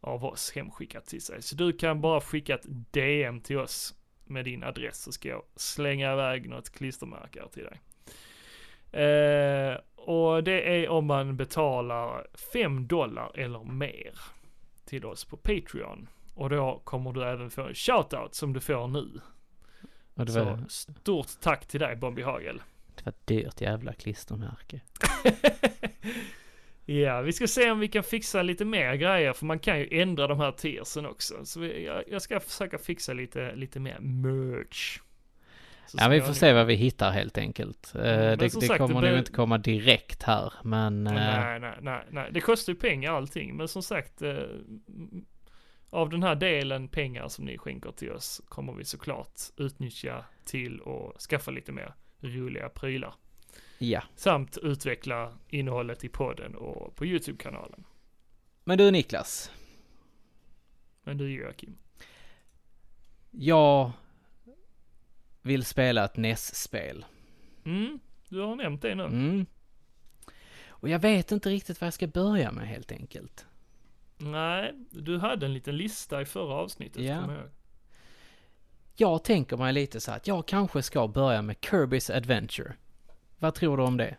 Av oss hemskickat till sig. Så du kan bara skicka ett DM till oss med din adress så ska jag slänga iväg något klistermärke här till dig. Eh, och det är om man betalar 5 dollar eller mer till oss på Patreon. Och då kommer du även få en shoutout som du får nu.
Och det
Så
var,
stort tack till dig Bombi Hagel.
det var ett dyrt jävla klistermärke.
Ja, vi ska se om vi kan fixa lite mer grejer, för man kan ju ändra de här tiersen också. Så vi, jag, jag ska försöka fixa lite, lite mer merch. Så
Ja, vi
småningom.
får se vad vi hittar helt enkelt. Eh,
Mm, Men
det
som
det
sagt, det
kommer
blir-
nog inte komma direkt här, men... eh,
Nej, nej, nej, nej. Det kostar ju pengar allting, men som sagt, eh, m- av den här delen pengar som ni skänker till oss kommer vi såklart utnyttja till att skaffa lite mer roliga prylar.
Ja.
Samt utveckla innehållet i podden och på YouTube-kanalen.
Men du Niklas,
Men du Joakim,
jag vill spela ett E NES-spel.
mm, du har nämnt det nu.
Mm. Och jag vet inte riktigt vad jag ska börja med helt enkelt.
Nej, du hade en liten lista i förra avsnittet.
Ja.
kommer jag ihåg.
Jag tänker mig lite så här att jag kanske ska börja med Kirby's Adventure. Vad tror du om det?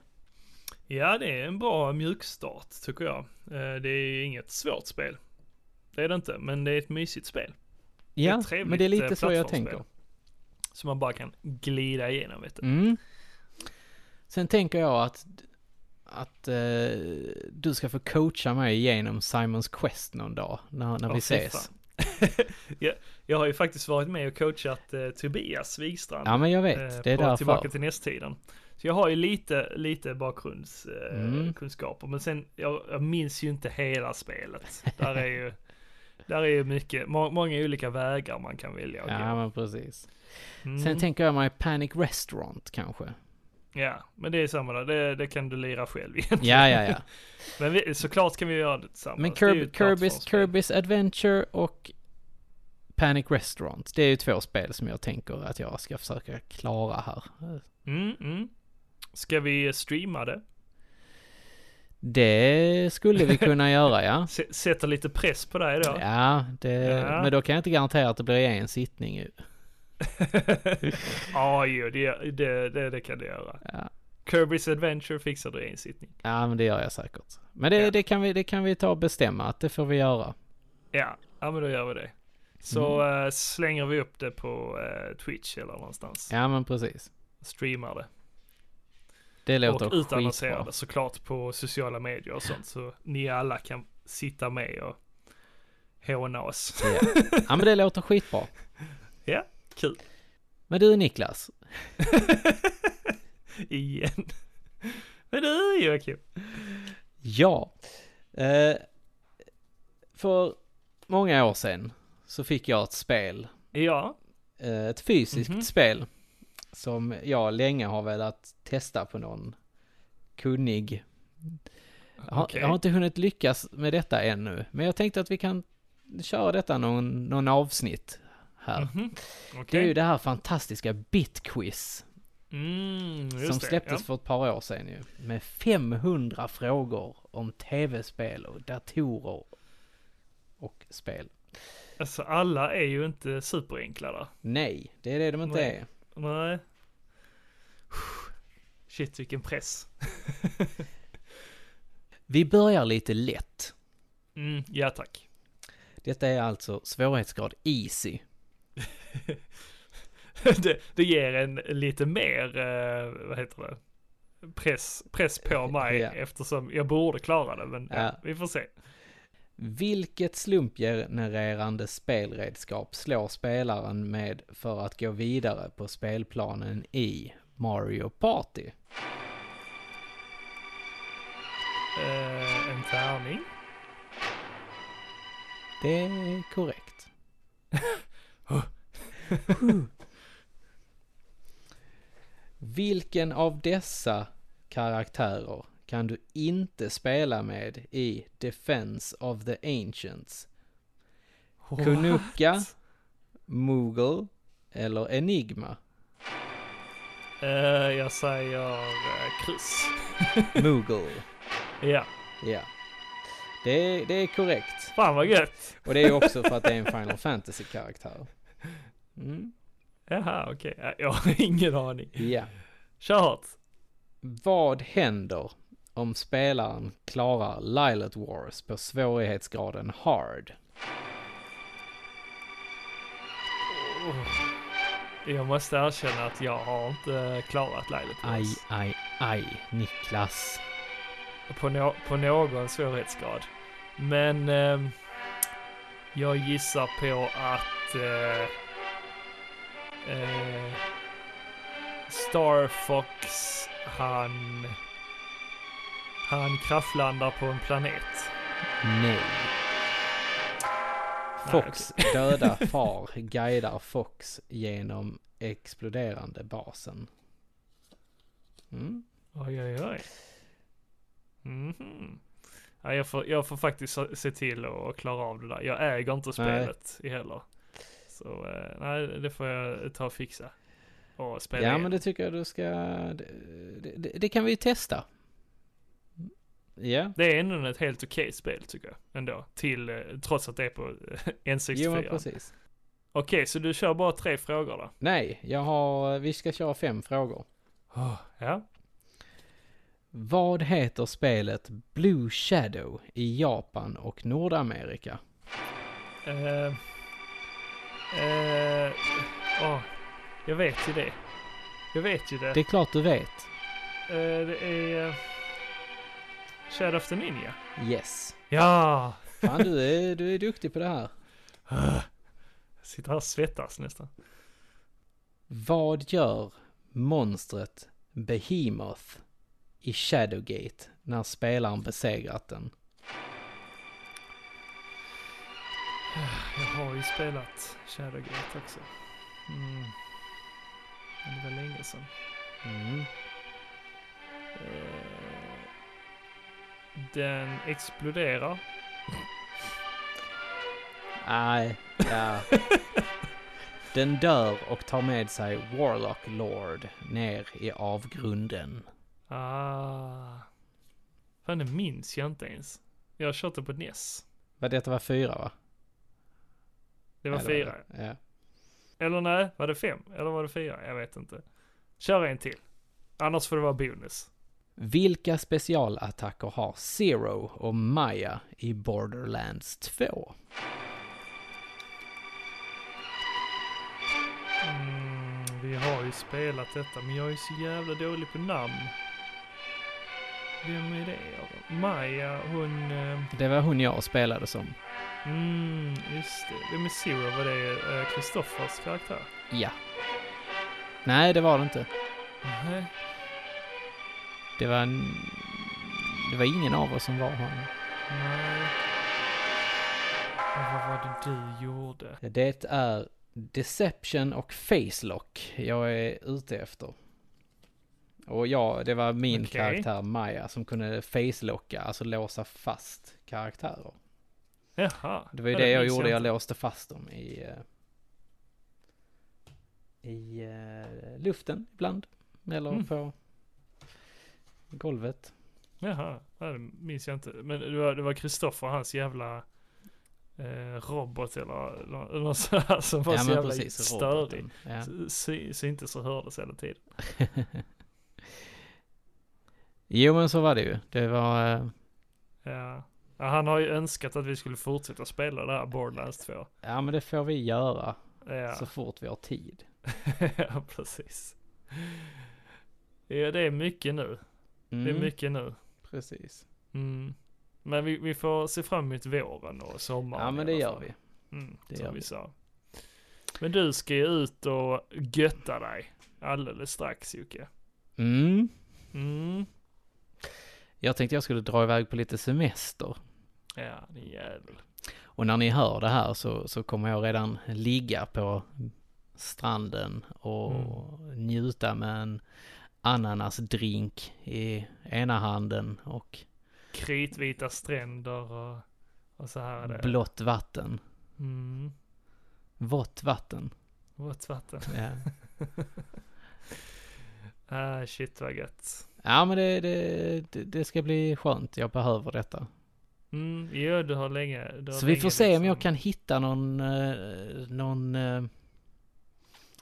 ja, det är en bra mjukstart tycker jag. Eh, Det är inget svårt spel. Det är det inte, men det är ett mysigt spel. är
Ja,
ett trevligt,
men det är
eh,
lite så jag
plattformsspel.
tänker.
Som man bara kan glida igenom vet du.
Mm. Sen tänker jag att, att eh, du ska få coacha mig igenom Simons Quest någon dag när, när
Ja,
vi
fy
ses.
fan. jag, jag har ju faktiskt varit med och coachat eh, Tobias Wigstrand.
Ja, men jag
eh,
vet. Det är
på Tillbaka
därför.
till nästtiden. Så jag har ju lite, lite bakgrundskunskaper. Eh,
Mm.
kunskaper. Men sen, jag, jag minns ju inte hela spelet. Där är ju, där är ju mycket, må, många olika vägar man kan välja. att
Ja,
gå.
men precis.
Mm.
Sen tänker jag mig Panic Restaurant kanske.
Ja, men det är samma där. Det, det kan du lira själv egentligen.
Ja, ja, ja.
Men vi, såklart kan vi göra det tillsammans.
Men
Det är ju
Kirby,
ett
Kirby's,
plattformsspel.
Kirby's Adventure och Panic Restaurant. Det är ju två spel som jag tänker att jag ska försöka klara här.
Mm, mm. Ska vi eh, streama det?
Det skulle vi kunna göra, ja.
S- sätta lite press på dig då?
Ja, det,
Ja.
men då kan jag inte garantera att det blir en sittning ju.
Ja, jo, det, det, det, det kan du göra.
Ja.
Kirby's Adventure fixar du i en sittning.
ja, men det gör jag säkert. Men det,
Ja.
det, kan vi, det kan vi ta och bestämma att det får vi göra.
Ja, ja men då gör vi det. Så
Mm.
eh, slänger vi upp det på eh, Twitch eller någonstans.
Ja, men precis.
Streamar det.
Det låter
och utannonserar
skitbra.
det såklart på sociala medier och sånt. Så ni alla kan sitta med och håna oss.
Ja, men det låter skitbra.
ja, kul.
Men du Niklas,
Igen. Men du Joakim.
Ja. Eh, för många år sedan så fick jag ett spel,
Ja,
eh, ett fysiskt
Mhm.
spel, som jag länge har velat testa på någon kunnig. Jag har,
Okej.
jag har inte hunnit lyckas med detta ännu, men jag tänkte att vi kan köra detta någon, någon avsnitt här.
mhm. okej.
Det är ju det här fantastiska bitquiz
Mm, just
som
det,
släpptes
ja.
för ett par år sedan ju. Med 500 frågor om tv-spel och datorer och spel.
Alltså alla är ju inte superenkla där.
Nej, det är det de inte
Nej.
är.
Nej. Shit vilken press.
Vi börjar lite lätt.
Mm, ja tack.
Detta är alltså svårighetsgrad easy.
det, det ger en lite mer, eh, vad heter det, press, press på mig
Ja.
eftersom jag borde klara det. Men ja.
Ja.
vi får se.
Vilket slumpgenererande spelredskap slår spelaren med för att gå vidare på spelplanen i Mario Party?
Eh, en tärning.
Det är korrekt. Vilken av dessa karaktärer kan du inte spela med i Defense of the Ancients? Kunuka, Moogle eller Enigma?
Eh, jag säger eh, kryss.
Moogle.
Ja,
Ja. Det är, det är korrekt.
fan vad gött.
Och det är också för att det är en Final Fantasy-karaktär. Mm.
Jaha, okej. Ja, Jag har ingen aning.
Ja.
Kör hårt.
Vad händer om spelaren klarar Lilat Wars på svårighetsgraden Hard?
Oh. Jag måste erkänna att jag har inte eh, klarat Lailet
Aj, aj, aj, Niklas.
på, nå på någon svårighetsgrad. Men ehm, jag gissar på att eh, eh, Star Fox, han, han kraftlandar på en planet.
Nej. Fox döda far guidar Fox genom exploderande basen. Mm.
Oj, oj, oj. Mhm. Ja, jag, får, jag får faktiskt se- se till att klara av det där. Jag äger inte spelet heller. Så eh, nej, det får jag ta och fixa. Och spela
Ja,
igen.
men det tycker jag du ska... Det, det- det, det kan vi ju testa. Ja,
Det är ändå ett helt okej spel tycker jag. Ändå. Till, eh, trots att det är på eh,
jo men
N64. okej,
precis.
så du kör bara tre frågor då?
Nej, jag har... Vi ska köra fem frågor. Ah.
Ja.
Vad heter spelet Blue Shadow i Japan och Nordamerika?
Eh, eh, åh, jag vet ju det. Jag vet ju det.
Det
Det,
är klart du vet.
eh, det är... Eh, Shadow of the Ninja.
Yes.
Ja!
Fan, du är, du är duktig på det här.
Jag sitter här och svettas nästan.
Vad gör monstret Behemoth i Shadowgate när spelaren besegrat den?
Jag har ju spelat Shadowgate också. Mm. Men det var länge sedan.
Mm.
Eh, Den exploderar.
Nej, ja. Den dör och tar med sig Warlock Lord ner i avgrunden.
Ah. Fan, det minns jag inte ens. Jag har kört det på E NES.
Vad detta var fyra va?
Det var
Eller
fyra.
det? Ja.
Eller nej, var det fem? Eller var det fyra? Jag vet inte. Kör en till. Annars får det vara bonus.
Vilka specialattacker har Zero och Maya i Borderlands 2?
Mm, vi har ju spelat detta, men jag är så jävla dålig på namn. Vem är det? av dem? Maja, hon... eh,
Det var hon jag spelade som.
Mm, just det. Vem är Zero? Var det Eh, Kristoffers karaktär?
Ja. Nej, det var det inte.
Nej.
Det var en... Det var ingen av oss som var honom.
Nej. Men Vad var det du gjorde?
Det är Deception och Facelock jag är ute efter. Och ja, det var min
Okej.
karaktär Maja som kunde facelocka, alltså låsa fast karaktärer.
Jaha.
Det var ju
Ja,
det jag
minns
gjorde, jag
inte.
låste fast dem i... eh, I eh, luften ibland. Eller
Mm.
på golvet.
Jaha, ja, det minns jag inte. Men det var- det var Kristoffer och hans jävla eh, robot eller, eller något sådär som var så jävla störig.
roboten. Ja.
Sy- Syntes och hördes hela tiden.
Jo men så var det ju. Det var... eh,
Ja. Ja, han har ju önskat att vi skulle fortsätta spela det här Borderlands 2.
Ja men det får vi göra
Ja,
så fort vi har tid.
ja precis. Ja, det är mycket nu.
Mm,
Det är mycket nu.
Precis.
Mm. Men vi, vi får se fram emot våren och sommaren.
Ja men det
i alla
gör
fall.
vi.
Mm,
Det
som
gör
vi.
vi.
sa. Men du ska ju ut och götta dig alldeles strax Jocke.
Mm.
Mm.
Jag tänkte jag skulle dra iväg på lite semester.
Ja, din jävel.
Och när ni hör det här så, så kommer jag redan ligga på stranden och
Mm.
njuta med en ananasdrink i ena handen och
Kritvita stränder och, och så här är det.
blått vatten.
Mm.
Vått vatten.
Vått vatten.
Ja,
Ah, shit vad gött.
ja men det, det, det- det ska bli skönt. Jag behöver detta.
Mm, jo, du har länge. Du har
Så vi
länge
får se om
liksom-
jag kan hitta någon, eh, någon, eh,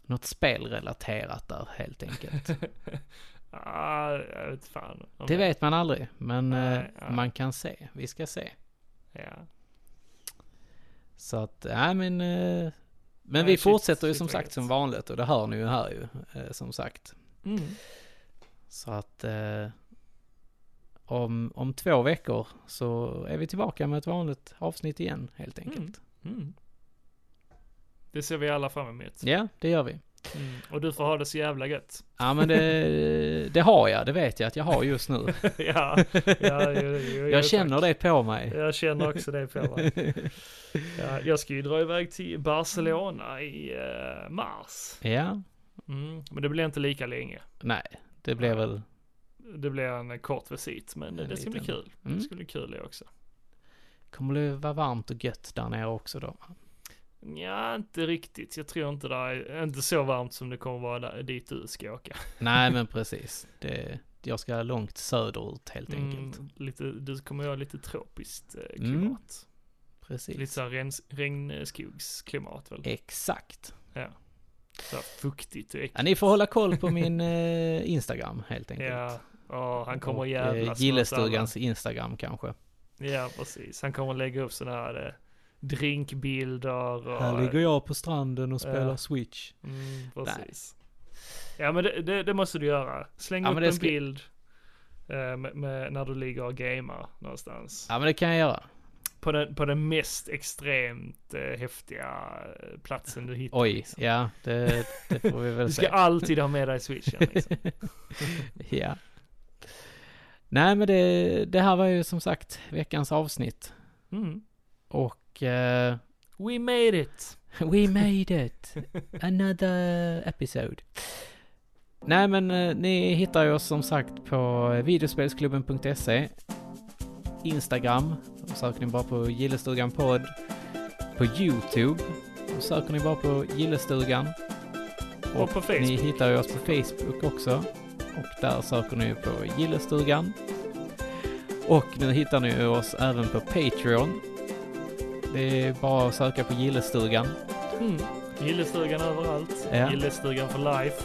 något spelrelaterat där helt enkelt.
liksom- ah, jag vet fan. om
Det
jag-
vet man aldrig, men eh,
Nej, nej.
man kan se. Vi ska se.
Ja.
Så att, nej men... eh, Men
Nej,
vi
shit,
fortsätter ju
shit,
som
vad
sagt
gött.
som vanligt och det hör ni ju här ju, eh, som sagt.
Mm.
Så att eh, om, om två veckor så är vi tillbaka med ett vanligt avsnitt igen helt enkelt.
Mm. Det ser vi alla fram emot.
Ja, det gör vi.
Mm. Och du får ha det så jävla gött.
Ja men det, det har jag, det vet jag att jag har just nu.
ja, ja, jo, jo, jo,
Jag känner
tack.
det på mig.
Jag känner också det på mig. Ja, jag ska ju dra iväg till Barcelona i eh, mars.
Ja,
Mm. Men det blir inte lika länge.
nej, det blir väl...
Det blir en kort visit, men
En
det ska bli
liten.
kul.
Mm.
Det ska bli kul det också.
Kommer det vara varmt och gött där nere också då?
Ja, inte riktigt. Jag tror inte det är inte så varmt som det kommer vara där, dit du ska åka.
Nej men precis. Det, jag ska långt söderut helt enkelt.
Mm, lite, du kommer ha lite tropiskt eh, klimat.
Mm, Precis.
Lite så här regns- regnskogsklimat väl?
Exakt.
Så här fuktigt och äckligt.
Ja, ni får hålla koll på min eh, Instagram helt enkelt.
Ja, ja han kommer
Och, eh,
jävlas med oss alla.
Gillestugans Instagram kanske.
Ja, precis. Han kommer lägga upp sådana här eh, drinkbilder och...
jag på stranden och
spelar Ja.
Switch.
Mm, precis. Ja, men det, det, det måste du göra. Släng
Ja,
upp
men det
en
ska-
bild eh, med, med, när du ligger och gamer någonstans.
Ja men det kan jag göra.
På, den, på den mest extremt eh, häftiga eh, platsen du hittar.
Oj,
liksom.
ja det, det får vi väl
Du ska
se.
alltid ha med dig switchen liksom.
Ja. Nej men det, det här var ju som sagt veckans avsnitt.
Mm.
Och eh,
We made it!
We made it! Another episode. Nej men eh, ni hittar ju oss som sagt på videospelsklubben.se Instagram, då söker ni bara på Gillestugan podd. På YouTube, då söker ni bara på Gillestugan.
Och, på Facebook.
Ni hittar ju oss på Facebook också. Och där söker ni ju på Gillestugan. Och nu hittar ni ju oss även på Patreon. Det är bara att söka på Gillestugan.
Mm. Gillestugan överallt.
Ja.
Gillestugan for life.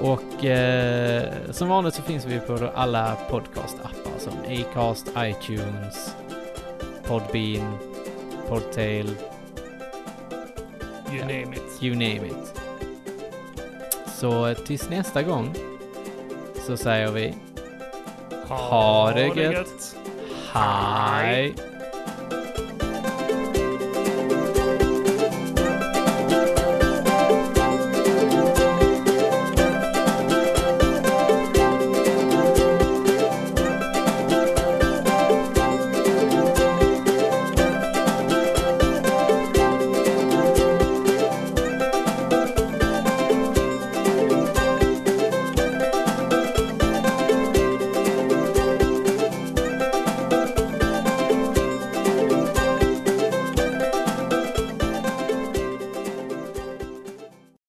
Och eh, som vanligt så finns vi på då alla podcastappar som Acast, iTunes, Podbean, Podtail,
You
Ja.
name it.
you name it. Så eh, tills nästa gång så säger vi Ha det gött. hej!